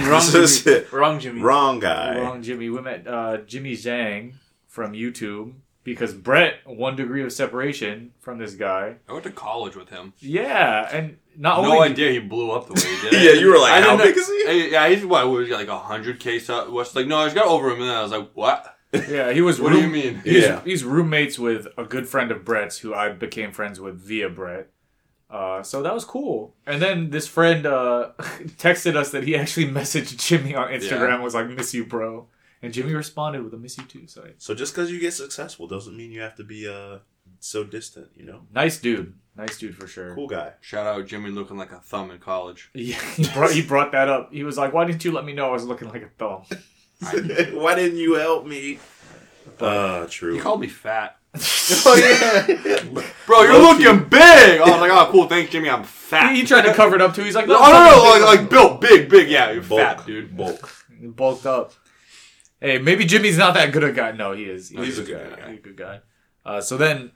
Speaker 2: Wrong
Speaker 3: This
Speaker 2: Jimmy.
Speaker 3: is-
Speaker 2: Wrong Jimmy.
Speaker 3: Wrong guy.
Speaker 4: Wrong Jimmy. We met uh, Jimmy Zhang from YouTube because Brett, one degree of separation from this guy.
Speaker 7: I went to college with him.
Speaker 4: Yeah, and not
Speaker 7: No
Speaker 4: only
Speaker 7: idea he blew up the way he did.
Speaker 3: Oh, Yeah, you were like,
Speaker 7: I
Speaker 3: how
Speaker 7: didn't know-
Speaker 3: big is he?
Speaker 7: Hey, yeah, he's what? Was he like hundred k? So- What's like? No, he's got over a million. I was like, what?
Speaker 4: Yeah, he was.
Speaker 7: What do you mean?
Speaker 4: He's,
Speaker 3: Yeah.
Speaker 4: he's roommates with a good friend of Brett's, who I became friends with via Brett. Uh, so that was cool. And then this friend uh, texted us that he actually messaged Jimmy on Instagram and was like, "Miss you, bro." And Jimmy responded with a "Miss you too." So
Speaker 3: So just because you get successful doesn't mean you have to be uh so distant. You know,
Speaker 4: nice dude, nice dude for sure.
Speaker 3: cool guy.
Speaker 7: Shout out Jimmy looking like a thumb in college.
Speaker 4: Yeah, he brought he brought that up. He was like, "Why didn't you let me know I was looking like a thumb?"
Speaker 3: Why didn't you help me? Uh, true.
Speaker 7: He called me fat.
Speaker 6: Oh, yeah.
Speaker 7: Bro, you're
Speaker 3: Low key.
Speaker 7: looking big. I was like, oh, cool. Thanks, Jimmy. I'm fat.
Speaker 4: He, he tried to cover it up too. He's like,
Speaker 7: No,
Speaker 4: "No,
Speaker 5: Oh,
Speaker 7: no,
Speaker 4: I'm
Speaker 7: no,
Speaker 4: fucking
Speaker 7: like, like built big, big. Yeah, you're fat, dude.
Speaker 3: Bulk.
Speaker 4: big." bulked up." Hey, maybe Jimmy's not that good a guy. No, he is.
Speaker 3: He's a
Speaker 4: is
Speaker 3: good guy.
Speaker 4: He's a good guy. Uh, so then,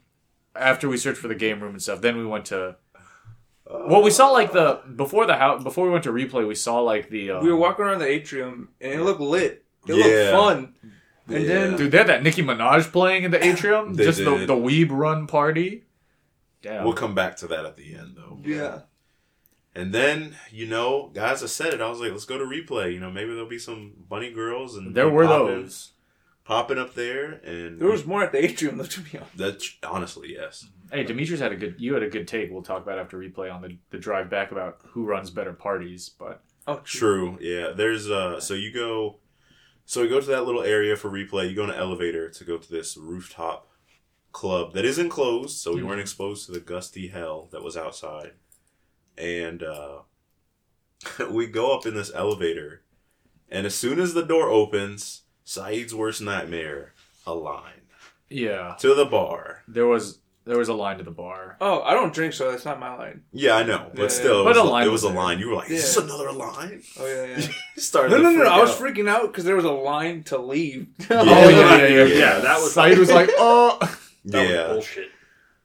Speaker 4: after we searched for the game room and stuff, then we went to Well, we saw like the before the house before we went to replay, we saw like the uh,
Speaker 2: We were walking around the atrium and it looked lit. It
Speaker 3: Yeah.
Speaker 2: looked fun. And
Speaker 3: Yeah.
Speaker 2: then
Speaker 4: Dude, they had that Nicki Minaj playing in the atrium.
Speaker 3: They
Speaker 4: just the,
Speaker 3: did.
Speaker 4: the weeb run party. Damn.
Speaker 3: We'll come back to that at the end, though.
Speaker 2: yeah,
Speaker 3: And then, you know, guys, I said it. I was like, let's go to replay. You know, maybe there'll be some bunny girls and
Speaker 4: there
Speaker 3: and
Speaker 4: were
Speaker 3: poppin'-
Speaker 4: those.
Speaker 3: popping up there. And
Speaker 2: there was more at the atrium though. To be honest,
Speaker 3: that. Honestly, yes.
Speaker 4: Hey, Demetrius had a good. You had a good take. We'll talk about after replay on the, the drive back about who runs better parties. But
Speaker 2: oh
Speaker 3: True. Yeah. There's uh. So you go. So you go to that little area for replay. You go in an elevator to go to this rooftop club that is enclosed, so we weren't exposed to the gusty hell that was outside. And uh, we go up in this elevator, and as soon as the door opens, Saeed's worst nightmare: a line
Speaker 4: yeah,
Speaker 3: to the bar.
Speaker 4: there was there was a line to the bar.
Speaker 2: Oh, I don't drink, so that's not my line.
Speaker 3: Yeah, I know, but
Speaker 2: Yeah.
Speaker 3: still,
Speaker 4: But
Speaker 3: it was, a
Speaker 4: a line
Speaker 3: it was a
Speaker 4: was there.
Speaker 3: line. You were like, "Is this
Speaker 2: Yeah.
Speaker 3: another line?"
Speaker 2: Oh yeah, yeah.
Speaker 3: Started.
Speaker 2: no,
Speaker 3: to
Speaker 2: no, no,
Speaker 3: freak
Speaker 2: no. I was
Speaker 3: out.
Speaker 2: freaking out because there was a line to leave.
Speaker 4: Oh yeah,
Speaker 3: Yeah.
Speaker 4: yeah, yeah. yeah.
Speaker 3: Yeah,
Speaker 4: that was Saeed was like, oh,
Speaker 5: That
Speaker 3: Yeah.
Speaker 5: was bullshit.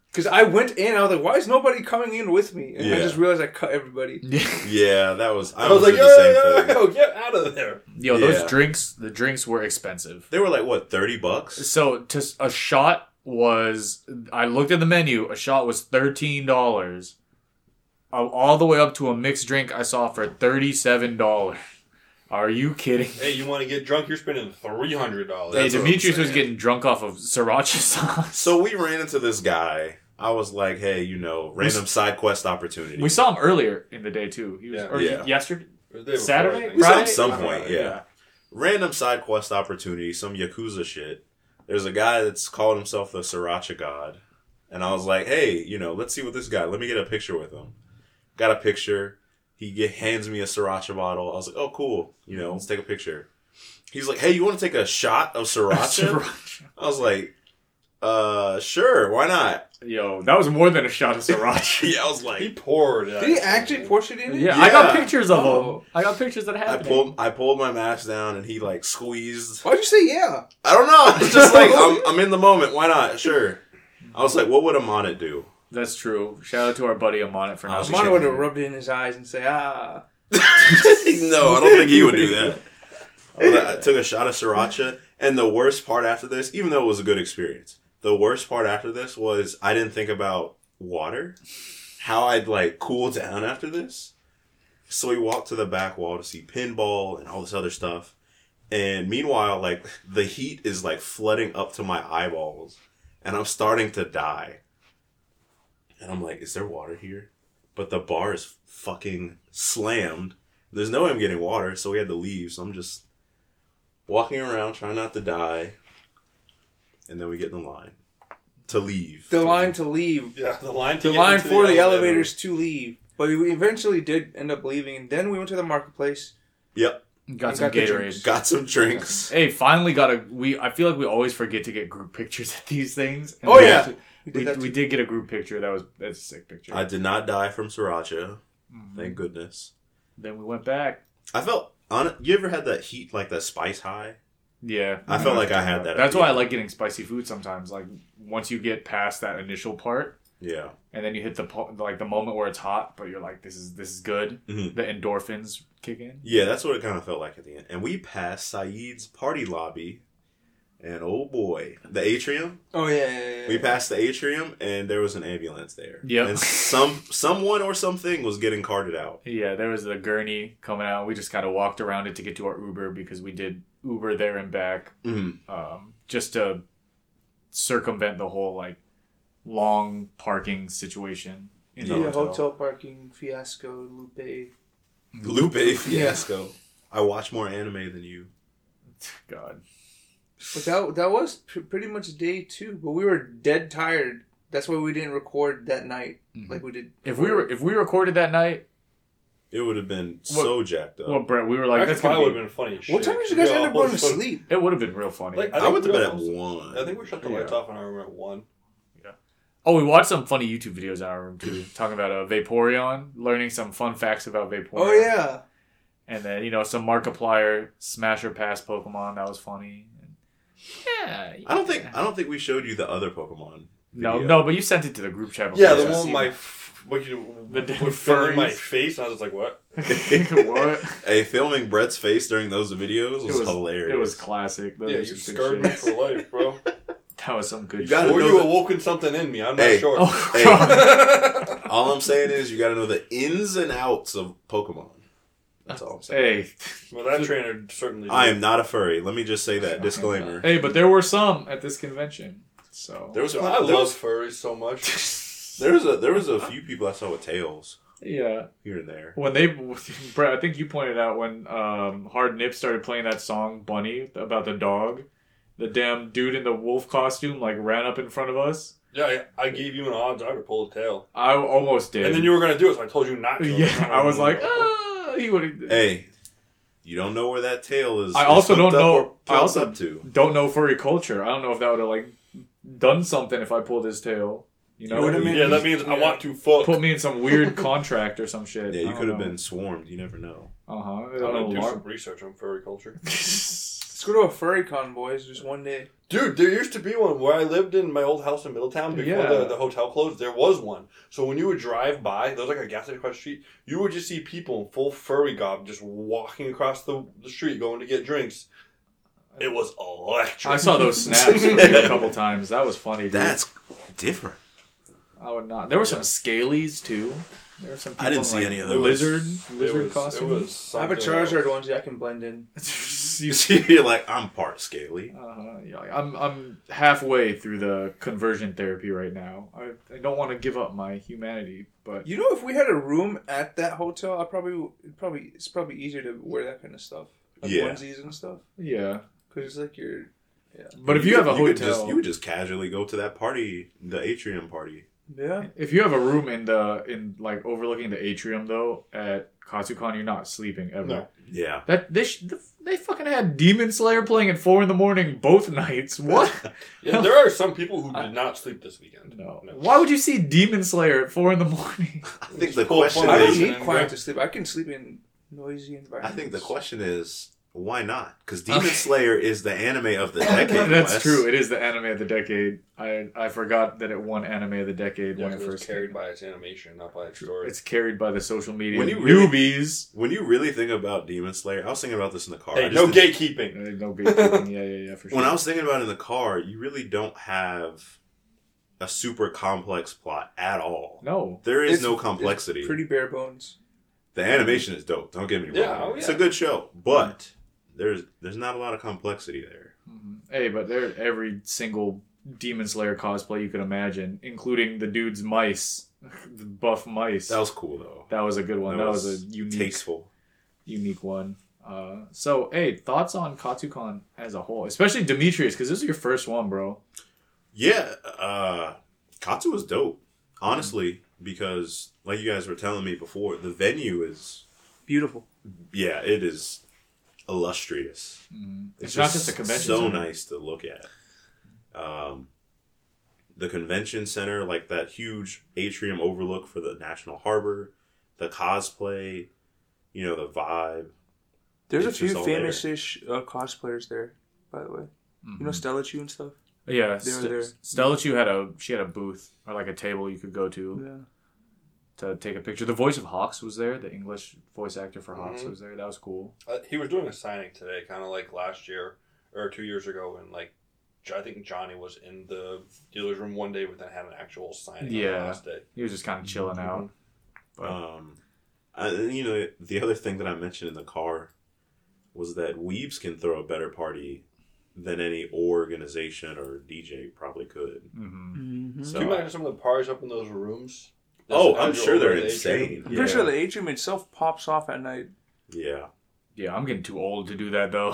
Speaker 2: Because I went in, I was like, why is nobody coming in with me? And I
Speaker 3: Yeah.
Speaker 2: just realized I cut everybody.
Speaker 3: Yeah, that was. I,
Speaker 5: I was like,
Speaker 3: did
Speaker 5: yo,
Speaker 3: the same
Speaker 5: yo,
Speaker 3: thing.
Speaker 5: yo, get out of there.
Speaker 4: yo, those
Speaker 3: Yeah.
Speaker 4: drinks. The drinks were expensive.
Speaker 3: They were like what thirty bucks?
Speaker 4: So to s- a shot was I looked at the menu. A shot was thirteen dollars. All the way up to a mixed drink I saw for thirty seven dollars. Are you kidding?
Speaker 5: Hey, you want to get drunk? You're spending three hundred
Speaker 4: Hey,
Speaker 5: dollars.
Speaker 3: That's what I'm
Speaker 4: Demetrius was
Speaker 3: saying.
Speaker 4: getting drunk off of sriracha sauce.
Speaker 3: So we ran into this guy. I was like, hey, you know, random side quest opportunity.
Speaker 4: we saw him earlier in the day too. He was
Speaker 5: Yeah.
Speaker 4: or
Speaker 3: Yeah.
Speaker 4: yesterday, Saturday,
Speaker 3: We saw him
Speaker 4: Friday?
Speaker 3: at some
Speaker 4: Okay.
Speaker 3: point, yeah. Random side quest opportunity, some yakuza shit. There's a guy that's called himself the Sriracha God, and I was like, hey, you know, let's see what this guy. Let me get a picture with him. Got a picture. He ge- hands me a Sriracha bottle. I was like, oh, cool. You know, let's take a picture. He's like, hey, you want to take a shot of Sriracha?
Speaker 4: Sriracha.
Speaker 3: I was like, uh, sure, why not?
Speaker 4: Yo, that was more than a shot of sriracha.
Speaker 3: Yeah, I was like,
Speaker 5: He poured.
Speaker 6: Did he actually pour shit in
Speaker 4: yeah,
Speaker 6: it?
Speaker 4: I got
Speaker 3: Yeah.
Speaker 4: pictures of
Speaker 2: Oh.
Speaker 4: him. I got pictures that
Speaker 3: I
Speaker 4: happened.
Speaker 3: pulled I pulled my mask down and he like squeezed.
Speaker 6: Why'd you say yeah?
Speaker 3: I don't know. It's just like I'm, I'm in the moment. Why not? Sure. I was like, what would Amonit do?
Speaker 4: That's true. Shout out to our buddy Amonit for
Speaker 3: I was
Speaker 4: not.
Speaker 2: Mono would have rubbed it in his eyes and say, ah.
Speaker 3: no, I don't think he would do that. But I took a shot of sriracha, and the worst part after this, even though it was a good experience, the worst part after this was I didn't think about water, how I'd like cool down after this. So we walked to the back wall to see pinball and all this other stuff. And meanwhile, like the heat is like flooding up to my eyeballs, and I'm starting to die. And I'm like, is there water here? But the bar is fucking slammed. There's no way I'm getting water, so we had to leave. So I'm just walking around trying not to die. And then we get in the line to leave.
Speaker 2: The line to leave.
Speaker 5: Yeah, the line. To
Speaker 2: The
Speaker 5: get
Speaker 2: line
Speaker 5: into
Speaker 2: for the
Speaker 5: elevator.
Speaker 2: elevators to leave. But we eventually did end up leaving. And then we went to the marketplace.
Speaker 3: Yep.
Speaker 4: Got some
Speaker 2: Got the
Speaker 4: Gatorade.
Speaker 3: Got some drinks.
Speaker 4: Hey, finally got a we. I feel like we always forget to get group pictures at these things. And
Speaker 2: Oh,
Speaker 4: we
Speaker 2: yeah.
Speaker 4: actually-
Speaker 2: We did
Speaker 4: we,
Speaker 2: that
Speaker 4: we
Speaker 2: too.
Speaker 4: did get a group picture. That was that's a sick picture.
Speaker 3: I did not die from sriracha. Thank goodness.
Speaker 4: then we went back.
Speaker 3: Mm-hmm. I felt. On, you ever had that heat, like that spice high?
Speaker 4: Yeah,
Speaker 3: I felt like I had that.
Speaker 4: That's why I like getting spicy food sometimes. Like once you get past that initial part,
Speaker 3: Yeah.
Speaker 4: and then you hit the po- like the moment where it's hot, but you're like, this is this is good.
Speaker 3: Mhm.
Speaker 2: Mm-hmm.
Speaker 4: The endorphins kick in.
Speaker 3: Yeah, that's what it kind of felt like at the end. And we passed Saeed's party lobby, and oh boy, the atrium.
Speaker 2: Oh, yeah, yeah, yeah.
Speaker 3: We passed the atrium, and there was an ambulance there.
Speaker 4: Yep.
Speaker 3: and some someone or something was getting carted out.
Speaker 4: Yeah, there was the gurney coming out. We just kind of walked around it to get to our Uber because we did Uber there and back.
Speaker 3: Mm.
Speaker 4: um, just to circumvent the whole like long parking situation in the
Speaker 2: yeah,
Speaker 4: hotel.
Speaker 2: hotel parking fiasco, Lupe.
Speaker 3: Mm-hmm. Lupe fiasco. I watch more anime than you.
Speaker 4: God,
Speaker 2: But that that was pr- pretty much day two. But we were dead tired. That's why we didn't record that night like we did.
Speaker 4: if we were if we recorded that night,
Speaker 3: It would have been so jacked up.
Speaker 4: well, Brett, we were like,
Speaker 5: Like, that
Speaker 4: that's gonna
Speaker 5: probably would
Speaker 4: be.
Speaker 5: have been funny. as
Speaker 2: What
Speaker 5: shit.
Speaker 2: time did you guys
Speaker 5: Yeah,
Speaker 2: end up going to
Speaker 5: holy fuck.
Speaker 2: sleep?
Speaker 4: It would have been real funny.
Speaker 5: Like,
Speaker 3: I,
Speaker 5: think
Speaker 3: went to
Speaker 5: we
Speaker 3: bed
Speaker 5: all-
Speaker 3: at one.
Speaker 5: I think we shut the lights
Speaker 4: Yeah.
Speaker 5: off in our room at one.
Speaker 4: oh, we watched some funny YouTube videos in our room too, talking about uh, Vaporeon, learning some fun facts about Vaporeon.
Speaker 2: Oh yeah,
Speaker 4: and then you know some Markiplier Smasher Pass Pokemon that was funny. And, yeah,
Speaker 3: I don't think I don't think we showed you the other Pokemon.
Speaker 4: no
Speaker 3: video.
Speaker 4: no, but you sent it to the group chat.
Speaker 5: Yeah, the
Speaker 4: I
Speaker 5: one
Speaker 4: see
Speaker 5: my what you
Speaker 2: The damn
Speaker 5: what fell in my
Speaker 2: furries.
Speaker 5: face. And I was just like, what?
Speaker 4: what?
Speaker 3: Hey, filming Brett's face during those videos was,
Speaker 4: was-
Speaker 3: hilarious.
Speaker 4: It was classic. Those
Speaker 5: yeah,
Speaker 4: are
Speaker 5: you
Speaker 4: some good
Speaker 5: scarred me
Speaker 4: shit.
Speaker 5: for life, bro.
Speaker 4: That was some good
Speaker 3: You gotta
Speaker 5: or
Speaker 3: know
Speaker 5: you
Speaker 3: that-
Speaker 5: awoken something in me. I'm not
Speaker 3: Hey.
Speaker 5: sure.
Speaker 1: Oh
Speaker 3: Hey.
Speaker 1: god.
Speaker 3: all I'm saying is you got to know the ins and outs of Pokemon. That's all I'm saying.
Speaker 4: Hey,
Speaker 5: Well, that trainer certainly.
Speaker 3: I am not a furry. Let me just say that disclaimer.
Speaker 4: hey, but there were some at this convention. So
Speaker 3: There was
Speaker 5: So
Speaker 3: one,
Speaker 5: I
Speaker 3: there
Speaker 5: love
Speaker 3: was,
Speaker 5: furries so much.
Speaker 3: there was a there was a few people I saw with tails
Speaker 4: yeah,
Speaker 3: here and there.
Speaker 4: when they, Brad, I think you pointed out when um, Hard Nip started playing that song "Bunny" about the dog, the damn dude in the wolf costume like ran up in front of us.
Speaker 5: Yeah, I, I gave you an odds. I would pull a tail,
Speaker 4: I almost did.
Speaker 5: and then you were gonna do it. So I told you not to.
Speaker 4: yeah, I was like, ah, he would.
Speaker 3: Hey, you don't know where that tail is.
Speaker 4: I also
Speaker 3: is hooked
Speaker 4: don't
Speaker 3: up
Speaker 4: know-
Speaker 3: or
Speaker 4: I also-
Speaker 3: plugged up to.
Speaker 4: Don't know furry culture. I don't know if that would have like done something if I pulled his tail. You know,
Speaker 3: You would've
Speaker 5: yeah, that means I want to fuck.
Speaker 4: put me in some weird contract or some shit.
Speaker 3: Yeah, you could have been swarmed. You never know.
Speaker 4: Uh
Speaker 5: I'm gonna do some
Speaker 4: huh.
Speaker 5: research on furry culture.
Speaker 6: Let's go to a furry con, boys, just one day.
Speaker 5: Dude, there used to be one where I lived in my old house in Middletown before
Speaker 4: Yeah.
Speaker 5: the, the hotel closed. There was one. So when you would drive by, there was like a gas station across the street. You would just see people in full furry gob just walking across the, the street going to get drinks. It was electric.
Speaker 4: I saw those snaps a couple times. That was funny. Dude.
Speaker 3: That's different.
Speaker 4: I would not. There were some scalies too. There were some. People
Speaker 3: I didn't
Speaker 4: in,
Speaker 3: see
Speaker 4: like,
Speaker 3: any of those.
Speaker 4: Lizard,
Speaker 5: It
Speaker 4: lizard
Speaker 5: was-
Speaker 4: costumes.
Speaker 5: It was
Speaker 6: I have a
Speaker 5: something
Speaker 6: Charizard
Speaker 5: else.
Speaker 6: one, yeah, I can blend in.
Speaker 3: You see, you're like I'm part scaly.
Speaker 4: Uh, yeah, I'm I'm halfway through the conversion therapy right now. I, I don't want to give up my humanity, but
Speaker 6: You know, if we had a room at that hotel, I probably it'd probably it's probably easier to wear that kind of stuff, like
Speaker 3: Yeah.
Speaker 6: onesies and stuff,
Speaker 4: yeah.
Speaker 6: because it's like your
Speaker 4: But if you have a
Speaker 3: could just,
Speaker 4: hotel,
Speaker 3: you would just casually go to that party, the atrium party.
Speaker 6: yeah.
Speaker 4: if you have a room in the in like overlooking the atrium though at Katsukan, you're not sleeping ever.
Speaker 5: No.
Speaker 3: Yeah,
Speaker 4: That they sh- they fucking had Demon Slayer playing at four in the morning both nights. What?
Speaker 5: Yeah, there are some people who did not sleep this weekend.
Speaker 4: no.
Speaker 5: No.
Speaker 4: Why would you see Demon Slayer at four in the morning?
Speaker 3: I think the
Speaker 5: Full
Speaker 3: question
Speaker 5: fun.
Speaker 6: I don't
Speaker 3: is,
Speaker 6: need quiet to sleep. I can sleep in noisy
Speaker 3: I
Speaker 6: environments.
Speaker 3: think the question is, why not? Because Demon Slayer is the anime of the decade.
Speaker 4: That's
Speaker 3: Wes.
Speaker 4: true. It is the anime of the decade. I I forgot that it won anime of the decade
Speaker 5: Yeah,
Speaker 4: when
Speaker 5: it
Speaker 4: it
Speaker 5: was
Speaker 4: first
Speaker 5: carried
Speaker 4: came.
Speaker 5: by its animation, not by its story.
Speaker 4: It's carried by the social media
Speaker 3: When you really-
Speaker 4: newbies.
Speaker 3: When you really think about Demon Slayer, I was thinking about this in the car. I
Speaker 5: hey,
Speaker 3: just
Speaker 5: no
Speaker 3: didn't-
Speaker 5: gatekeeping.
Speaker 4: Uh, No gatekeeping. yeah, yeah, yeah. For sure.
Speaker 3: When I was thinking about it in the car, you really don't have a super complex plot at all.
Speaker 4: no,
Speaker 3: There is
Speaker 6: It's-
Speaker 3: no
Speaker 6: it's
Speaker 3: complexity.
Speaker 6: Pretty bare bones.
Speaker 3: the animation is dope. Don't get me wrong.
Speaker 5: Yeah, oh,
Speaker 3: It's
Speaker 5: yeah.
Speaker 3: a good show, but there's there's not a lot of complexity there.
Speaker 4: Mhm. Hey, but they're every single Demon Slayer cosplay you could imagine, including the dude's mice, the buff mice.
Speaker 3: That was cool though.
Speaker 4: That was a good one. That, was, a unique,
Speaker 3: tasteful.
Speaker 4: unique one. Uh, so, hey, thoughts on Katsucon as a whole, especially Demetrius, because this is your first one, bro.
Speaker 3: Yeah, uh, Katsu was dope, honestly, because like you guys were telling me before, the venue is
Speaker 2: Beautiful.
Speaker 3: yeah, it is illustrious.
Speaker 4: Mm-hmm. It's, not just a convention.
Speaker 3: So
Speaker 4: center.
Speaker 3: nice to look at. Um, the convention center, like that huge atrium overlook for the National Harbor, the cosplay, you know, the vibe.
Speaker 2: There's
Speaker 3: It's
Speaker 2: a
Speaker 3: just
Speaker 2: few
Speaker 3: all
Speaker 2: famous ish uh, cosplayers there, by the way.
Speaker 3: Mm-hmm.
Speaker 2: You know Stella Chu and stuff?
Speaker 4: Yeah,
Speaker 2: They were there.
Speaker 4: St- Stella Chu had a she had a booth or like a table you could go to
Speaker 2: Yeah.
Speaker 4: to take a picture. The voice of Hawks was there. The English voice actor for Hawks was there. That was cool.
Speaker 5: Uh, he was doing a signing today, kind of like last year or two years ago, and like Jo- I think Johnny was in the dealer's room one day, but then had an actual signing on
Speaker 4: Yeah.
Speaker 5: the last day.
Speaker 4: He was just kind of chilling out. Right.
Speaker 3: Um, I, you know, the other thing that I mentioned in the car was that Weebs can throw a better party than any organization or DJ probably could.
Speaker 4: hmm
Speaker 2: Mm-hmm.
Speaker 5: Can you
Speaker 3: So,
Speaker 5: imagine some of the parties up in those rooms?
Speaker 3: oh,
Speaker 5: Those
Speaker 3: I'm
Speaker 5: guys
Speaker 3: sure
Speaker 5: over
Speaker 3: they're
Speaker 5: at the
Speaker 3: insane.
Speaker 5: atrium.
Speaker 2: I'm
Speaker 3: Yeah.
Speaker 2: pretty sure the atrium itself pops off at night.
Speaker 3: yeah.
Speaker 4: Yeah, I'm getting too old to do that though.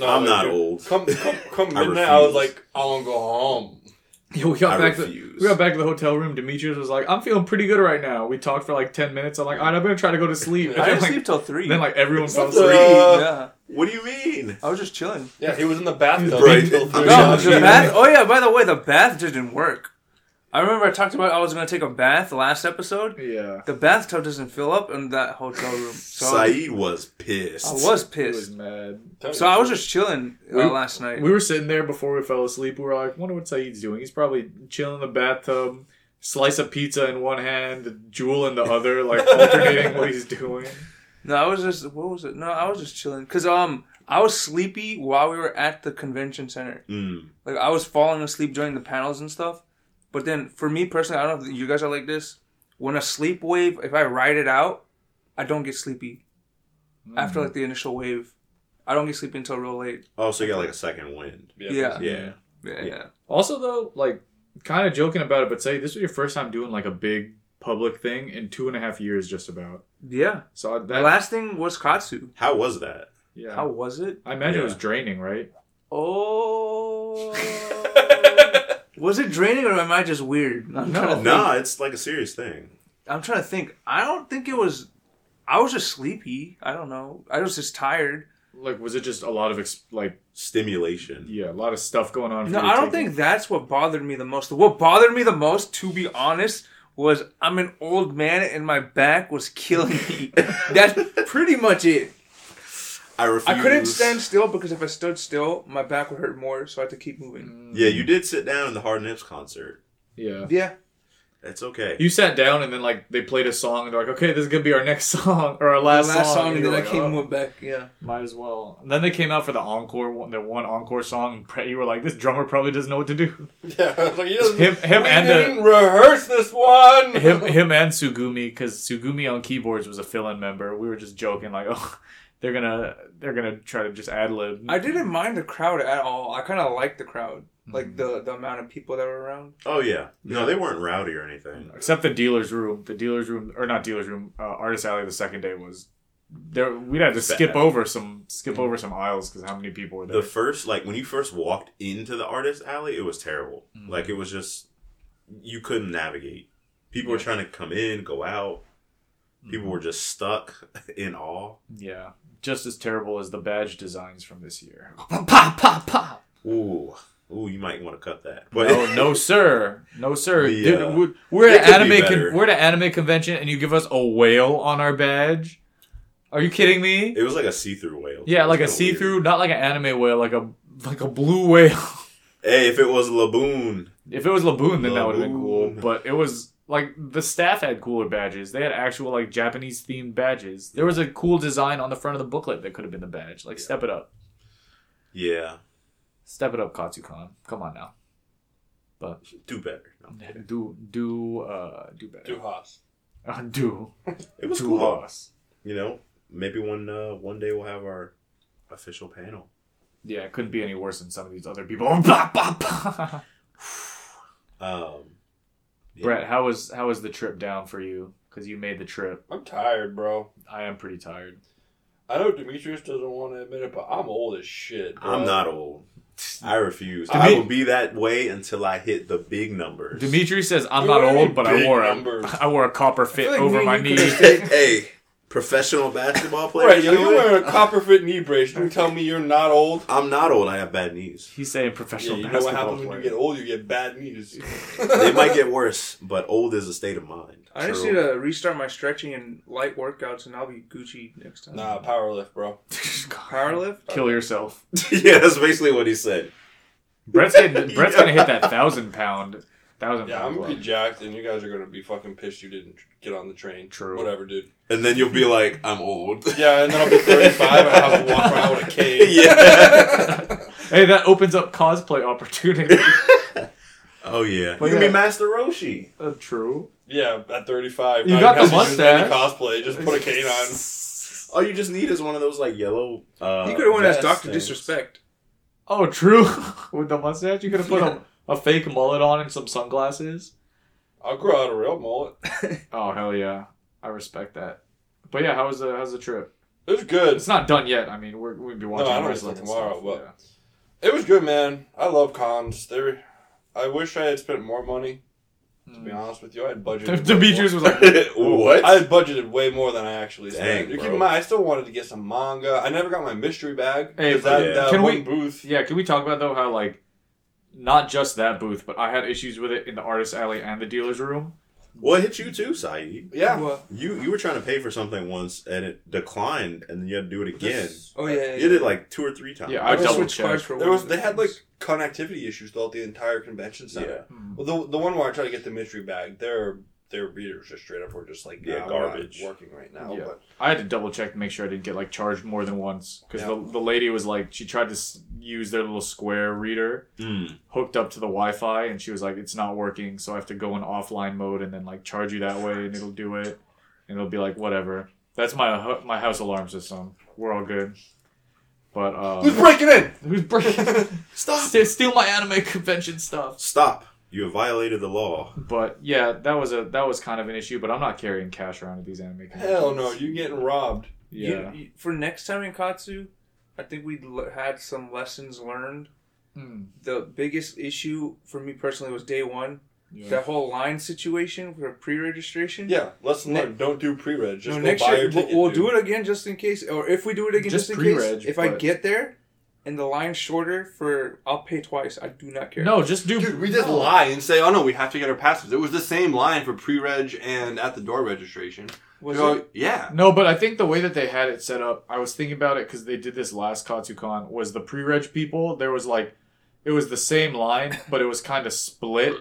Speaker 5: No,
Speaker 3: I'm
Speaker 5: like,
Speaker 3: not
Speaker 5: dude,
Speaker 3: old.
Speaker 5: Come, come, come
Speaker 3: I
Speaker 5: midnight, I, was
Speaker 3: refuse.
Speaker 5: like, I want to go home.
Speaker 4: Yo, we got
Speaker 3: I
Speaker 4: back. To,
Speaker 3: refuse.
Speaker 4: we got back to the hotel room. Demetrius was like, "I'm feeling pretty good right now." We talked for like ten minutes. I'm like, "All right, I'm gonna try to go to sleep." And
Speaker 2: I
Speaker 4: then,
Speaker 2: didn't
Speaker 4: like,
Speaker 2: sleep till three.
Speaker 4: then like everyone fell
Speaker 5: What the-
Speaker 4: asleep.
Speaker 2: yeah,
Speaker 3: What do you mean?
Speaker 2: I was just chilling.
Speaker 5: Yeah, he was in the bathtub
Speaker 3: Right.
Speaker 5: until three.
Speaker 2: No,
Speaker 3: Yeah.
Speaker 2: the bath. Oh yeah. By the way, the bath didn't work. I remember I talked about I was gonna take a bath last episode.
Speaker 4: Yeah,
Speaker 2: The bathtub doesn't fill up in that hotel room, so I
Speaker 3: Saeed was pissed.
Speaker 2: was
Speaker 4: he was
Speaker 2: pissed.
Speaker 4: mad.
Speaker 2: So I was just chilling uh,
Speaker 4: We-
Speaker 2: last night.
Speaker 4: We were sitting there before we fell asleep. We were like, "Wonder what Saeed's doing? He's probably chilling in the bathtub." slice of pizza in one hand, jewel in the other, like alternating what he's doing.
Speaker 2: No, I was just what was it? No, I was just chilling because um I was sleepy while we were at the convention center.
Speaker 3: Mm.
Speaker 2: Like I was falling asleep during the panels and stuff. But then for me personally, I don't know if you guys are like this. When a sleep wave, if I ride it out, I don't get sleepy after
Speaker 4: Mm-hmm.
Speaker 2: like the initial wave. I don't get sleepy until real late.
Speaker 3: Oh, so you got like a second wind.
Speaker 2: Yeah.
Speaker 3: Yeah.
Speaker 2: Yeah,
Speaker 3: Yeah.
Speaker 2: yeah.
Speaker 4: Also, though, like kind of joking about it, but say this was your first time doing like a big public thing in two and a half years, just about.
Speaker 2: Yeah.
Speaker 4: So that
Speaker 2: The last thing was Katsu.
Speaker 3: How was that?
Speaker 4: yeah,
Speaker 2: How was it?
Speaker 4: I imagine it was
Speaker 3: Yeah.
Speaker 4: draining, right?
Speaker 2: Oh. was it draining or am I just weird? I'm
Speaker 4: No.
Speaker 2: trying to think.
Speaker 3: Nah, it's like a serious thing.
Speaker 2: I'm trying to think. I don't think it was. I was just sleepy. I don't know. I was just tired.
Speaker 4: Like, was it just a lot of ex- like
Speaker 3: Stimulation.
Speaker 4: yeah, a lot of stuff going on? for
Speaker 2: No,
Speaker 4: you to
Speaker 2: I don't
Speaker 4: take in?
Speaker 2: think that's what bothered me the most. What bothered me the most, to be honest, was I'm an old man and my back was killing me.
Speaker 6: That's pretty much it.
Speaker 3: I refuse.
Speaker 6: I couldn't stand still because if I stood still, my back would hurt more, so I had to keep moving.
Speaker 3: Yeah, you did sit down in the Hard Nips concert.
Speaker 4: Yeah.
Speaker 6: Yeah.
Speaker 3: That's okay.
Speaker 4: You sat down and then like they played a song and they're like, okay, this is gonna be our next song or our
Speaker 6: Last,
Speaker 4: last,
Speaker 6: last song, and
Speaker 4: you're
Speaker 6: then I
Speaker 4: like,
Speaker 6: came
Speaker 4: "Oh,
Speaker 6: and went back. Yeah.
Speaker 4: Might as well. And then they came out for the encore, one, their one encore song, and pre- you were like, this drummer probably doesn't know what to do.
Speaker 5: Yeah, I was like, you just,
Speaker 4: Him, him,
Speaker 5: we
Speaker 4: and the
Speaker 5: didn't rehearse this one.
Speaker 4: him, him and Sugumi, because Sugumi on keyboards was a fill-in member. We were just joking like, oh, they're gonna they're gonna try to just ad lib.
Speaker 6: I didn't mind the crowd at all. I kind of liked the crowd, like the the amount of people that were around.
Speaker 3: Oh yeah. No, they weren't rowdy or anything.
Speaker 4: Except the dealer's room, the dealer's room, or not dealer's room, uh, artist alley. The second day was there. We'd have to
Speaker 3: Bad. Mm.
Speaker 4: skip over some skip over some aisles because how many people were there?
Speaker 3: The first, like when you first walked into the artist alley, it was terrible.
Speaker 4: Mm-hmm.
Speaker 3: Like it was just you couldn't navigate. People were trying to come in, go out.
Speaker 4: Mm-hmm.
Speaker 3: People were just stuck in awe.
Speaker 4: Yeah, just as terrible as the badge designs from this year.
Speaker 3: Ooh, ooh, you might want to cut that. But
Speaker 4: no, Oh, no, sir, no, sir.
Speaker 3: The,
Speaker 4: Dude,
Speaker 3: uh,
Speaker 4: we're- we're
Speaker 3: it
Speaker 4: at
Speaker 3: could be
Speaker 4: anime.
Speaker 3: better.
Speaker 4: Con- we're at an anime convention, and you give us a whale on our badge. Are you kidding me?
Speaker 3: it was like a see-through whale.
Speaker 4: Yeah, like
Speaker 3: It
Speaker 4: a
Speaker 3: was kinda weird.
Speaker 4: see-through, not like an anime whale, like a like a blue whale.
Speaker 3: Hey, if it was Laboon,
Speaker 4: if it was Laboon, then that would have been cool.
Speaker 3: Laboon.
Speaker 4: But it was like the staff had cooler badges. They had actual like Japanese themed badges. There was a cool design on the front of the booklet that could have been the badge. Like, step it up.
Speaker 3: yeah,
Speaker 4: Step it up, Katsukan. Come on now. But
Speaker 3: do better. No.
Speaker 4: do do uh do better.
Speaker 5: Do Haas.
Speaker 4: Uh, do
Speaker 3: It was
Speaker 4: do
Speaker 3: cool. though.
Speaker 4: us.
Speaker 3: You know, maybe one uh, one day we'll have our official panel.
Speaker 4: Yeah, it couldn't be any worse than some of these other people. Bah, bah, bah.
Speaker 3: Um, yeah.
Speaker 4: Brett, how was how was the trip down for you? Because you made the trip.
Speaker 5: I'm tired, bro.
Speaker 4: I am pretty tired.
Speaker 5: I know Demetrius doesn't want to admit it, but I'm old as shit. Bro.
Speaker 3: I'm not old. I refuse.
Speaker 4: To
Speaker 3: I
Speaker 4: me-
Speaker 3: will be that way until I hit the big numbers.
Speaker 4: Dimitri says I'm
Speaker 5: You
Speaker 4: not
Speaker 5: already
Speaker 4: old, but I
Speaker 5: big
Speaker 4: wore a,
Speaker 5: numbers.
Speaker 4: I wore a copper fit
Speaker 6: feel like
Speaker 4: over
Speaker 6: me
Speaker 4: my
Speaker 6: and
Speaker 4: knee.
Speaker 6: you could've-
Speaker 3: hey, hey, professional basketball player.
Speaker 5: Right, yo,
Speaker 3: you know
Speaker 5: you're
Speaker 3: what?
Speaker 5: wearing a copper fit knee brace. You tell me you're not old?
Speaker 3: I'm not old. I have bad knees.
Speaker 4: He's saying
Speaker 5: Yeah,
Speaker 4: professional
Speaker 5: you know what
Speaker 4: basketball
Speaker 5: happens when
Speaker 4: player.
Speaker 5: you get old? You get bad knees.
Speaker 3: They might get worse, but old is a state of mind.
Speaker 6: I just need
Speaker 3: True.
Speaker 6: to
Speaker 2: Uh, restart my stretching and light workouts, and I'll be Gucci next time.
Speaker 5: nah, power lift, bro.
Speaker 6: power lift.
Speaker 4: Kill yourself.
Speaker 3: yeah, that's basically what he said.
Speaker 4: Brett's gonna, Brett's gonna hit that thousand pound thousand
Speaker 5: Yeah, I'm
Speaker 4: pound.
Speaker 5: gonna be
Speaker 4: club.
Speaker 5: jacked, and you guys are gonna be fucking pissed you didn't get on the train.
Speaker 4: True.
Speaker 5: Whatever, dude.
Speaker 3: And then you'll be like, I'm old.
Speaker 5: Yeah, and then I'll be 35. I'll have to walk around with a cane.
Speaker 3: yeah.
Speaker 4: Hey, that opens up cosplay opportunity.
Speaker 3: Oh yeah.
Speaker 4: But
Speaker 3: you
Speaker 4: yeah.
Speaker 3: can be Master Roshi.
Speaker 4: uh, true.
Speaker 5: Yeah, at 35.
Speaker 4: You
Speaker 5: not
Speaker 4: got
Speaker 5: even
Speaker 4: the
Speaker 5: have to use any
Speaker 4: mustache.
Speaker 5: cosplay. Just put a cane on.
Speaker 3: All you just need is one of those like yellow. Uh,
Speaker 6: You could have went as
Speaker 3: vest
Speaker 6: Doctor
Speaker 3: things.
Speaker 6: Disrespect.
Speaker 4: Oh, true. With the mustache, you could have put
Speaker 6: Yeah.
Speaker 4: a, a fake mullet on and some sunglasses.
Speaker 5: I'll grow out a real mullet.
Speaker 4: Oh hell yeah, I respect that. But yeah, how was the how's the trip?
Speaker 5: It was good.
Speaker 4: It's not done yet. I mean, we're we'd be watching
Speaker 5: I don't
Speaker 4: wrestling
Speaker 5: think
Speaker 4: and
Speaker 5: tomorrow,
Speaker 4: stuff,
Speaker 5: but- It was good, man. I love cons. They were, I wish I had spent more money. To
Speaker 2: Hmm.
Speaker 5: be honest with you, I had budgeted.
Speaker 4: yeah.
Speaker 5: way
Speaker 4: Demetrius
Speaker 5: more.
Speaker 4: was like,
Speaker 3: what?
Speaker 5: I had budgeted way more than I actually
Speaker 3: Dang,
Speaker 5: spent. You keep
Speaker 3: bro.
Speaker 5: in mind, I still wanted to get some manga. I never got my mystery bag.
Speaker 4: Hey,
Speaker 5: 'cause that,
Speaker 3: yeah.
Speaker 5: that
Speaker 4: Can
Speaker 5: one
Speaker 4: we-
Speaker 5: booth.
Speaker 4: Yeah, can we talk about though how like not just that booth, but I had issues with it in the artist alley and the dealer's room.
Speaker 3: Well, it hit you too, Saeed.
Speaker 5: Yeah.
Speaker 6: What?
Speaker 3: You you were trying to pay for something once and it declined, and then you had to do it again.
Speaker 6: Oh yeah. yeah,
Speaker 3: You did it like two or three times.
Speaker 4: Yeah,
Speaker 6: I
Speaker 4: I
Speaker 6: just
Speaker 4: double
Speaker 6: switched cards
Speaker 4: checked.
Speaker 6: for
Speaker 5: There
Speaker 6: one
Speaker 5: was
Speaker 6: of
Speaker 5: they had like
Speaker 6: those.
Speaker 5: connectivity issues throughout the entire convention center.
Speaker 4: Yeah.
Speaker 5: Well, the the one where I tried to get the mystery bag, their their readers just straight up were just like,
Speaker 3: Yeah,
Speaker 5: nah, we're not
Speaker 3: garbage.
Speaker 5: working right now.
Speaker 4: Yeah.
Speaker 5: But
Speaker 4: I had to double check to make sure I didn't get like charged more than once because
Speaker 5: Yeah.
Speaker 4: the, the lady was like she tried to s- use their little square reader
Speaker 3: Mm.
Speaker 4: hooked up to the Wi-Fi and she was like it's not working so I have to go in offline mode and then like charge you that way and it'll do it and it'll be like whatever. That's my hu- my house alarm system. We're all good. But
Speaker 6: Who's
Speaker 4: uh,
Speaker 6: breaking in?
Speaker 4: who's breaking?
Speaker 3: Stop!
Speaker 6: Ste- steal my anime convention stuff.
Speaker 3: Stop! You have violated the law.
Speaker 4: But yeah, that was a that was kind of an issue. But I'm not carrying cash around at these anime.
Speaker 5: hell
Speaker 4: conventions.
Speaker 5: no, you getting robbed.
Speaker 4: Yeah.
Speaker 2: You, you- for next time in Katsu, I think we l- had some lessons learned.
Speaker 4: Hmm.
Speaker 2: The biggest issue for me personally was day one.
Speaker 4: Yeah.
Speaker 2: That whole line situation for pre-registration.
Speaker 5: Yeah, lesson
Speaker 2: Ne-
Speaker 5: learned. Don't do pre-reg.
Speaker 2: no,
Speaker 5: Just go
Speaker 2: next
Speaker 5: buy
Speaker 2: year
Speaker 5: your
Speaker 2: we'll,
Speaker 5: ticket.
Speaker 2: we'll
Speaker 5: dude.
Speaker 2: do it again just in case, or if we do it again
Speaker 4: Just
Speaker 2: just, in
Speaker 4: pre-reg,
Speaker 2: case. If I
Speaker 4: but-
Speaker 2: get there, and the line's shorter, for I'll pay twice. I do not care.
Speaker 4: No, just do.
Speaker 7: Dude, we just lie and say, "Oh no, we have to get our passes." It was the same line for pre-reg and at the door registration.
Speaker 2: was
Speaker 7: So,
Speaker 2: it?
Speaker 7: Yeah,
Speaker 4: No, but I think the way that they had it set up, I was thinking about it because they did this last Katsucon. Was the pre-reg people? There was like, it was the same line, but it was kind of split.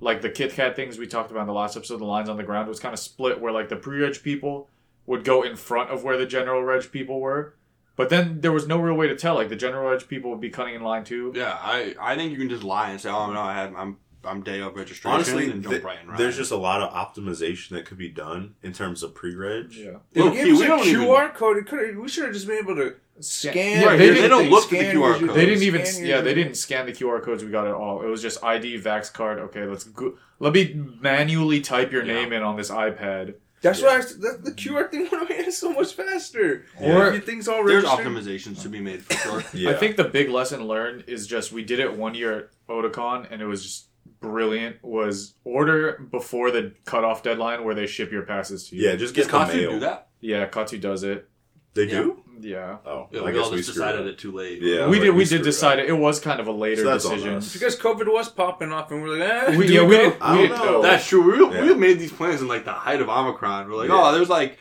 Speaker 4: Like the Kit Kat things we talked about in the last episode, the lines on the ground was kind of split, where like the pre-reg people would go in front of where the general reg people were. But then there was no real way to tell. Like the general reg people would be cutting in line too.
Speaker 7: yeah. I I think you can just lie and say, "Oh no, I have I'm I'm day of registration."
Speaker 3: Honestly,
Speaker 7: and jump
Speaker 3: th-
Speaker 7: right in.
Speaker 3: there's just a lot of optimization that could be done in terms of pre-reg.
Speaker 2: They
Speaker 7: Low
Speaker 2: gave
Speaker 7: key,
Speaker 2: us
Speaker 7: we
Speaker 2: a
Speaker 7: don't even-
Speaker 2: QR code. It could we should have just been able to scan.
Speaker 4: Yeah, they
Speaker 2: your
Speaker 4: didn't- they
Speaker 7: don't
Speaker 2: thing,
Speaker 7: look at the
Speaker 2: scan
Speaker 7: QR
Speaker 2: your-
Speaker 7: code.
Speaker 4: They didn't even
Speaker 2: scan your-
Speaker 4: yeah they didn't scan the QR codes we got at all. It was just ID Vax card. Okay, let's go. Let me manually type your
Speaker 7: Yeah.
Speaker 4: name in on this iPad.
Speaker 2: That's why I, that, the QR thing would have made it so much faster.
Speaker 3: Yeah.
Speaker 4: Or-
Speaker 2: your thing's all
Speaker 7: there's
Speaker 2: registered.
Speaker 7: optimizations to be made for sure.
Speaker 3: Yeah.
Speaker 4: I think the big lesson learned is just we did it one year at Otakon and it was just brilliant. Was order before the cutoff deadline where they ship your passes to you.
Speaker 3: yeah, just
Speaker 7: Does
Speaker 3: get the
Speaker 7: Katsu
Speaker 3: mail.
Speaker 7: do that?
Speaker 4: yeah, Katsu does it.
Speaker 3: They
Speaker 7: Yeah.
Speaker 3: do?
Speaker 4: Yeah,
Speaker 3: Oh,
Speaker 7: Yeah,
Speaker 3: I
Speaker 7: we all
Speaker 3: guess we
Speaker 7: just
Speaker 3: screwed
Speaker 7: decided
Speaker 3: up.
Speaker 7: it too late.
Speaker 3: Yeah,
Speaker 4: we
Speaker 3: right,
Speaker 4: did. We
Speaker 3: screwed
Speaker 4: did
Speaker 3: up.
Speaker 4: decide it. It was kind of a later
Speaker 3: So that's on
Speaker 4: decision.
Speaker 3: us.
Speaker 2: Because COVID was popping off, and we're like, eh,
Speaker 4: We,
Speaker 2: do
Speaker 4: yeah, we,
Speaker 2: go?
Speaker 4: did-
Speaker 3: I
Speaker 4: we
Speaker 3: don't
Speaker 4: did-
Speaker 3: know.
Speaker 7: That's true. We,
Speaker 3: Yeah.
Speaker 7: we had made these plans in like the height of Omicron. We're like,
Speaker 3: Yeah.
Speaker 7: oh, there's like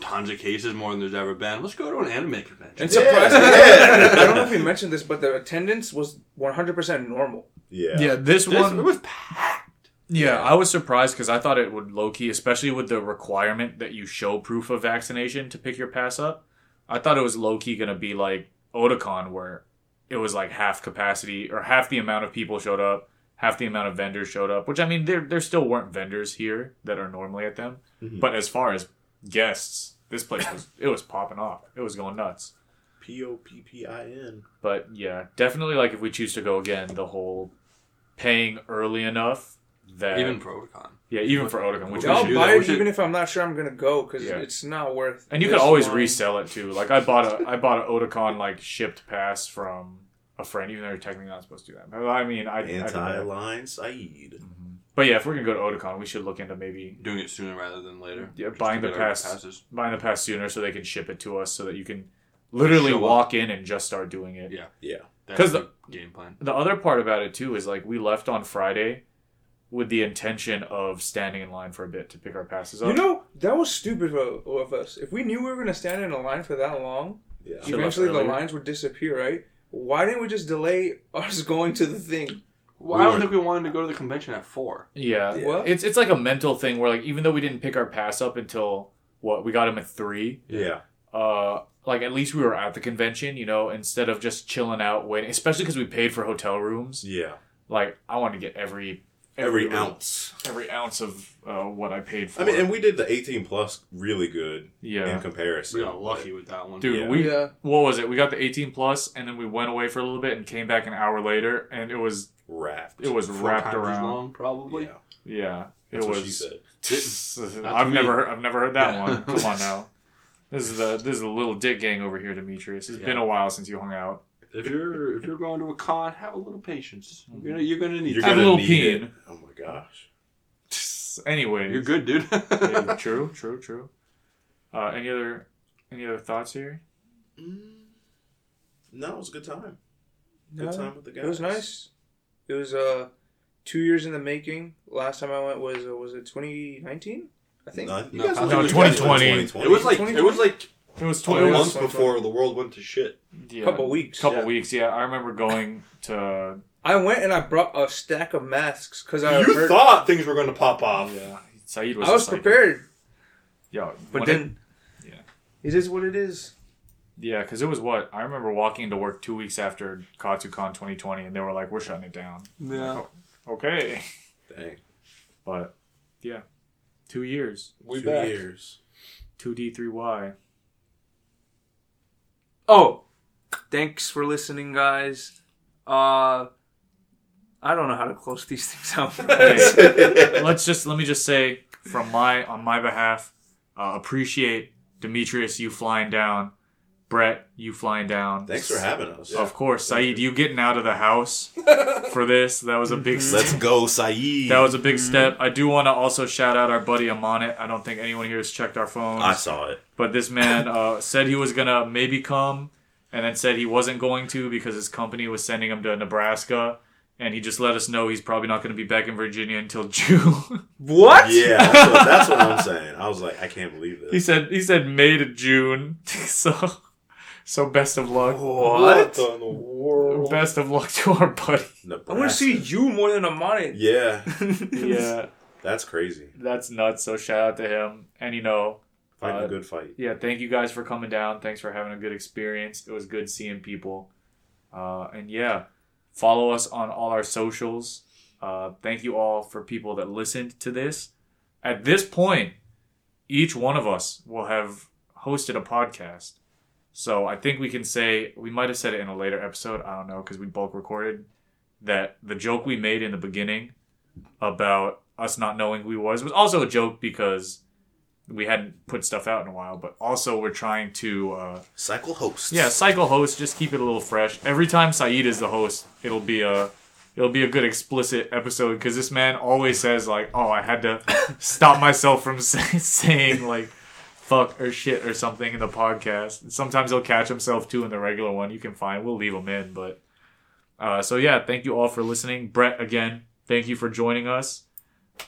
Speaker 7: tons of cases more than there's ever been. Let's go to an anime convention.
Speaker 2: And
Speaker 3: Yeah.
Speaker 2: surprisingly,
Speaker 3: Yeah.
Speaker 2: I don't know if we mentioned this, but the attendance was 100% normal.
Speaker 3: Yeah.
Speaker 4: Yeah, this,
Speaker 7: This-
Speaker 4: one
Speaker 7: it was packed.
Speaker 4: Yeah, I was surprised because I thought it would low key, especially with the requirement that you show proof of vaccination to pick your pass up. I thought it was low key going to be like Otakon, where it was like half capacity or half the amount of people showed up, half the amount of vendors showed up. Which I mean, there there still weren't vendors here that are normally at them,
Speaker 3: Mhm.
Speaker 4: but as far as guests, this place was it was popping off. It was going nuts.
Speaker 3: P O P P I N.
Speaker 4: But yeah, definitely like if we choose to go again, the whole paying early enough that
Speaker 7: Even Protocon.
Speaker 4: yeah, even for Otakon, which
Speaker 7: We
Speaker 2: I'll
Speaker 7: should do
Speaker 2: buy
Speaker 7: that. We
Speaker 2: it
Speaker 7: should-
Speaker 2: even if I'm not sure I'm going to go because
Speaker 4: Yeah.
Speaker 2: it's not worth
Speaker 4: And you
Speaker 2: this
Speaker 4: could always
Speaker 2: long.
Speaker 4: resell it too. Like I bought a I bought an Otakon like shipped pass from a friend, even though you're technically not supposed to do that. But I mean, I, I did that.
Speaker 3: Anti-line Saeed.
Speaker 4: But yeah, if we're gonna go to Otakon, we should look into maybe
Speaker 7: doing it sooner rather than later.
Speaker 4: Yeah,
Speaker 7: Just
Speaker 4: buying
Speaker 7: to
Speaker 4: the
Speaker 7: get our
Speaker 4: pass-
Speaker 7: passes.
Speaker 4: buying the pass sooner so they can ship it to us, so that you can literally
Speaker 7: Show up.
Speaker 4: walk in and just start doing it.
Speaker 7: Yeah.
Speaker 3: Yeah.
Speaker 7: That's
Speaker 4: 'Cause
Speaker 7: the game plan.
Speaker 4: The other part about it too is like we left on Friday with the intention of standing in line for a bit to pick our passes up.
Speaker 2: You know, that was stupid of, of us. If we knew we were going to stand in a line for that long,
Speaker 3: Yeah.
Speaker 4: Should've left
Speaker 2: eventually the
Speaker 4: earlier.
Speaker 2: lines would disappear, right? Why didn't we just delay us going to the thing?
Speaker 7: Well, I don't think we wanted to go to the convention at four.
Speaker 4: Yeah.
Speaker 2: Yeah. What?
Speaker 4: It's it's like a mental thing where like even though we didn't pick our pass up until what, we got him at three.
Speaker 3: Yeah.
Speaker 4: uh like at least we were at the convention you know instead of just chilling out waiting especially because we paid for hotel rooms
Speaker 3: Yeah.
Speaker 4: like i want to get every
Speaker 3: Every
Speaker 4: room-
Speaker 3: ounce.
Speaker 4: every ounce of uh, what i paid for
Speaker 3: I mean, and we did the 18 plus really good in
Speaker 4: yeah
Speaker 3: comparison.
Speaker 7: We got lucky with that one.
Speaker 4: dude
Speaker 3: Yeah.
Speaker 4: we
Speaker 6: Yeah.
Speaker 4: what was it we got the 18 plus and then we went away for a little bit and came back an hour later and it was
Speaker 3: Raft.
Speaker 4: it was
Speaker 7: Four
Speaker 4: wrapped
Speaker 7: times as
Speaker 4: around
Speaker 7: long, probably.
Speaker 3: Yeah.
Speaker 4: yeah
Speaker 3: That's
Speaker 4: it
Speaker 3: what
Speaker 4: was
Speaker 3: she said.
Speaker 4: i've
Speaker 7: me.
Speaker 4: never heard, i've never heard that
Speaker 7: Yeah.
Speaker 4: one come on now this is the this is the little dick gang over here demetrius It's been
Speaker 7: Yeah.
Speaker 4: a while since you hung out
Speaker 7: If you're if you're going to a con, have a little patience.
Speaker 4: Mm-hmm.
Speaker 7: You're gonna you're gonna need.
Speaker 3: You're
Speaker 4: Have a
Speaker 7: that.
Speaker 3: gonna
Speaker 4: little
Speaker 3: need
Speaker 4: peen.
Speaker 3: it. Oh my gosh.
Speaker 4: anyway
Speaker 7: You're good, dude.
Speaker 4: Yeah, true, true, true. Uh, any other any other thoughts here?
Speaker 3: Mm, No, it was a good time. Good
Speaker 2: No,
Speaker 3: time with the guys.
Speaker 2: It was nice. It was uh
Speaker 6: two years in the making. Last time I went was uh, was it 2019? I think.
Speaker 3: No,
Speaker 7: You guys
Speaker 3: I
Speaker 7: were-
Speaker 3: think
Speaker 4: No,
Speaker 3: it was
Speaker 4: 2020.
Speaker 3: 2020.
Speaker 7: It was like it was like
Speaker 4: It was
Speaker 6: Oh,
Speaker 4: twenty.
Speaker 6: yeah.
Speaker 4: it was
Speaker 5: Months before the world went to shit.
Speaker 4: yeah,
Speaker 6: couple weeks.
Speaker 4: Couple
Speaker 5: yeah.
Speaker 4: weeks. Yeah, I remember going to.
Speaker 6: I went and I brought a stack of masks because
Speaker 4: Uh,
Speaker 6: I
Speaker 5: you
Speaker 6: heard,
Speaker 5: thought things were going to pop off.
Speaker 4: Yeah, Saeed was.
Speaker 6: Oh. I was
Speaker 4: just like-
Speaker 6: prepared,
Speaker 4: Yeah,
Speaker 6: but
Speaker 4: when it-
Speaker 6: then
Speaker 4: Yeah.
Speaker 6: it is what it is.
Speaker 4: Yeah, because it was what I remember walking to work two weeks after KatsuCon 2020, and they were like, "We're shutting it down." "Oh,
Speaker 2: Yeah.
Speaker 4: Okay,
Speaker 3: Dang,
Speaker 4: but yeah, two years,
Speaker 5: We
Speaker 3: two
Speaker 5: back.
Speaker 3: years.
Speaker 4: two D, three Y.
Speaker 2: Oh, thanks for listening, guys. Uh, I don't know how to close these things out.
Speaker 4: Let's just let me just say from my on my behalf, uh, appreciate Demetrius you flying down, Brett you flying down.
Speaker 3: Thanks for having us.
Speaker 4: Of course, Saeed, you getting out of the house for this. That was a big step.
Speaker 3: Let's go, Saeed.
Speaker 4: That was a big step. I do want to also shout out our buddy Amonit. I don't think anyone here has checked our phones.
Speaker 3: I saw it.
Speaker 4: But this man uh, said he was gonna maybe come, and then said he wasn't going to because his company was sending him to Nebraska, and he just let us know he's probably not gonna be back in Virginia until June.
Speaker 2: what?
Speaker 3: Yeah, that's what, that's what I'm saying. I was like, I can't believe
Speaker 4: he
Speaker 3: this.
Speaker 4: said he said May to June, so so best of luck.
Speaker 2: What?
Speaker 5: in the world?
Speaker 4: Best of luck to our buddy.
Speaker 2: I want to see you more than a monitor.
Speaker 3: Yeah,
Speaker 4: Yeah,
Speaker 3: that's crazy.
Speaker 4: that's nuts. So shout out to him, and you know.
Speaker 3: Fighting
Speaker 4: Uh,
Speaker 3: a good fight.
Speaker 4: yeah, thank you guys for coming down. Thanks for having a good experience. It was good seeing people. Uh, and yeah, follow us on all our socials. Uh, thank you all for people that listened to this. At this point, each one of us will have hosted a podcast. So I think we can say, we might have said it in a later episode. I don't know, because we bulk recorded that the joke we made in the beginning about us not knowing who we was was also a joke because we hadn't put stuff out in a while, but also we're trying to uh,
Speaker 3: Cycle hosts.
Speaker 4: yeah cycle host just keep it a little fresh. Every time Saeed is the host, it'll be a it'll be a good explicit episode because this man always says like, "Oh, I had to stop myself from say, saying like fuck or shit or something in the podcast." Sometimes he'll catch himself too in the regular one. You can find we'll leave him in, but uh, so yeah, thank you all for listening. Brett again, thank you for joining us.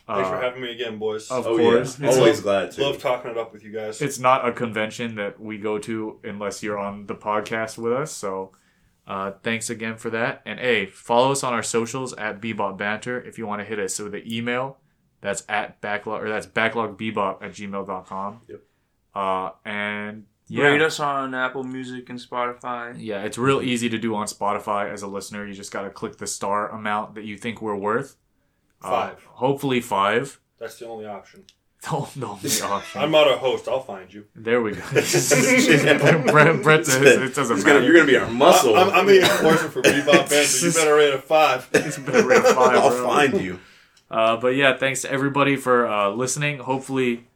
Speaker 5: Thanks
Speaker 4: Uh,
Speaker 5: for having me again, boys.
Speaker 4: of
Speaker 3: Oh
Speaker 4: course,
Speaker 3: yeah.
Speaker 4: It's
Speaker 3: Always glad to.
Speaker 5: Love talking it up with you guys.
Speaker 4: it's not a convention that we go to unless you're on the podcast with us. So uh, thanks again for that. And hey, follow us on our socials at Bebop Banter if you want to hit us. So the email that's at backlog or that's backlogbebop at gmail.com.
Speaker 3: Yep.
Speaker 4: Uh, and yeah,
Speaker 2: Rate us on Apple Music and Spotify.
Speaker 4: yeah, it's real easy to do on Spotify as a listener. You just got to click the star amount that you think we're worth. Uh,
Speaker 5: Five.
Speaker 4: hopefully five.
Speaker 5: That's the only option.
Speaker 4: Oh, no, the option.
Speaker 5: I'm not a host. I'll find you.
Speaker 4: there we go. Brett, Brett says it doesn't
Speaker 3: He's
Speaker 4: matter.
Speaker 3: gonna- you're gonna be our muscle.
Speaker 5: I, am I'm the enforcer for Bebop Banter. You better rate a five.
Speaker 4: It's been a real five,
Speaker 3: I'll
Speaker 4: bro.
Speaker 3: find you.
Speaker 4: Uh, but yeah, thanks to everybody for uh, listening. Hopefully,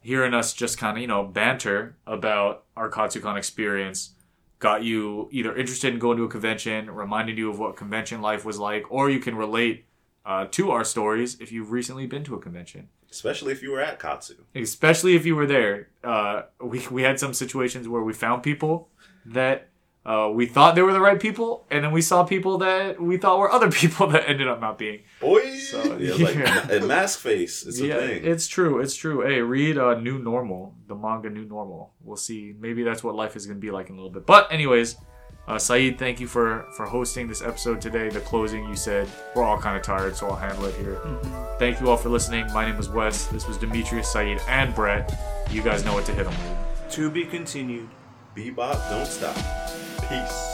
Speaker 4: hearing us just kind of you know banter about our KatsuCon experience got you either interested in going to a convention, reminded you of what convention life was like, or you can relate uh, to our stories if you've recently been to a convention.
Speaker 3: Especially if you were at Katsu.
Speaker 4: Especially if you were there, uh, we we had some situations where we found people that. Uh, we thought they were the right people, and then we saw people that we thought were other people that ended up not being.
Speaker 5: Boy.
Speaker 4: So,
Speaker 3: Yeah, like ma- mask face. It's a
Speaker 4: yeah,
Speaker 3: thing.
Speaker 4: it's true. It's true. Hey, read uh, New Normal, the manga New Normal. We'll see. Maybe that's what life is going to be like in a little bit. But anyways, uh, Saeed, thank you for for hosting this episode today. The closing you said we're all kind of tired, so I'll handle it here. Thank you all for listening. My name was Wes. This was Demetrius, Saeed, and Brett. You guys know what to hit them with.
Speaker 2: To be continued.
Speaker 3: Bebop, don't stop. Peace.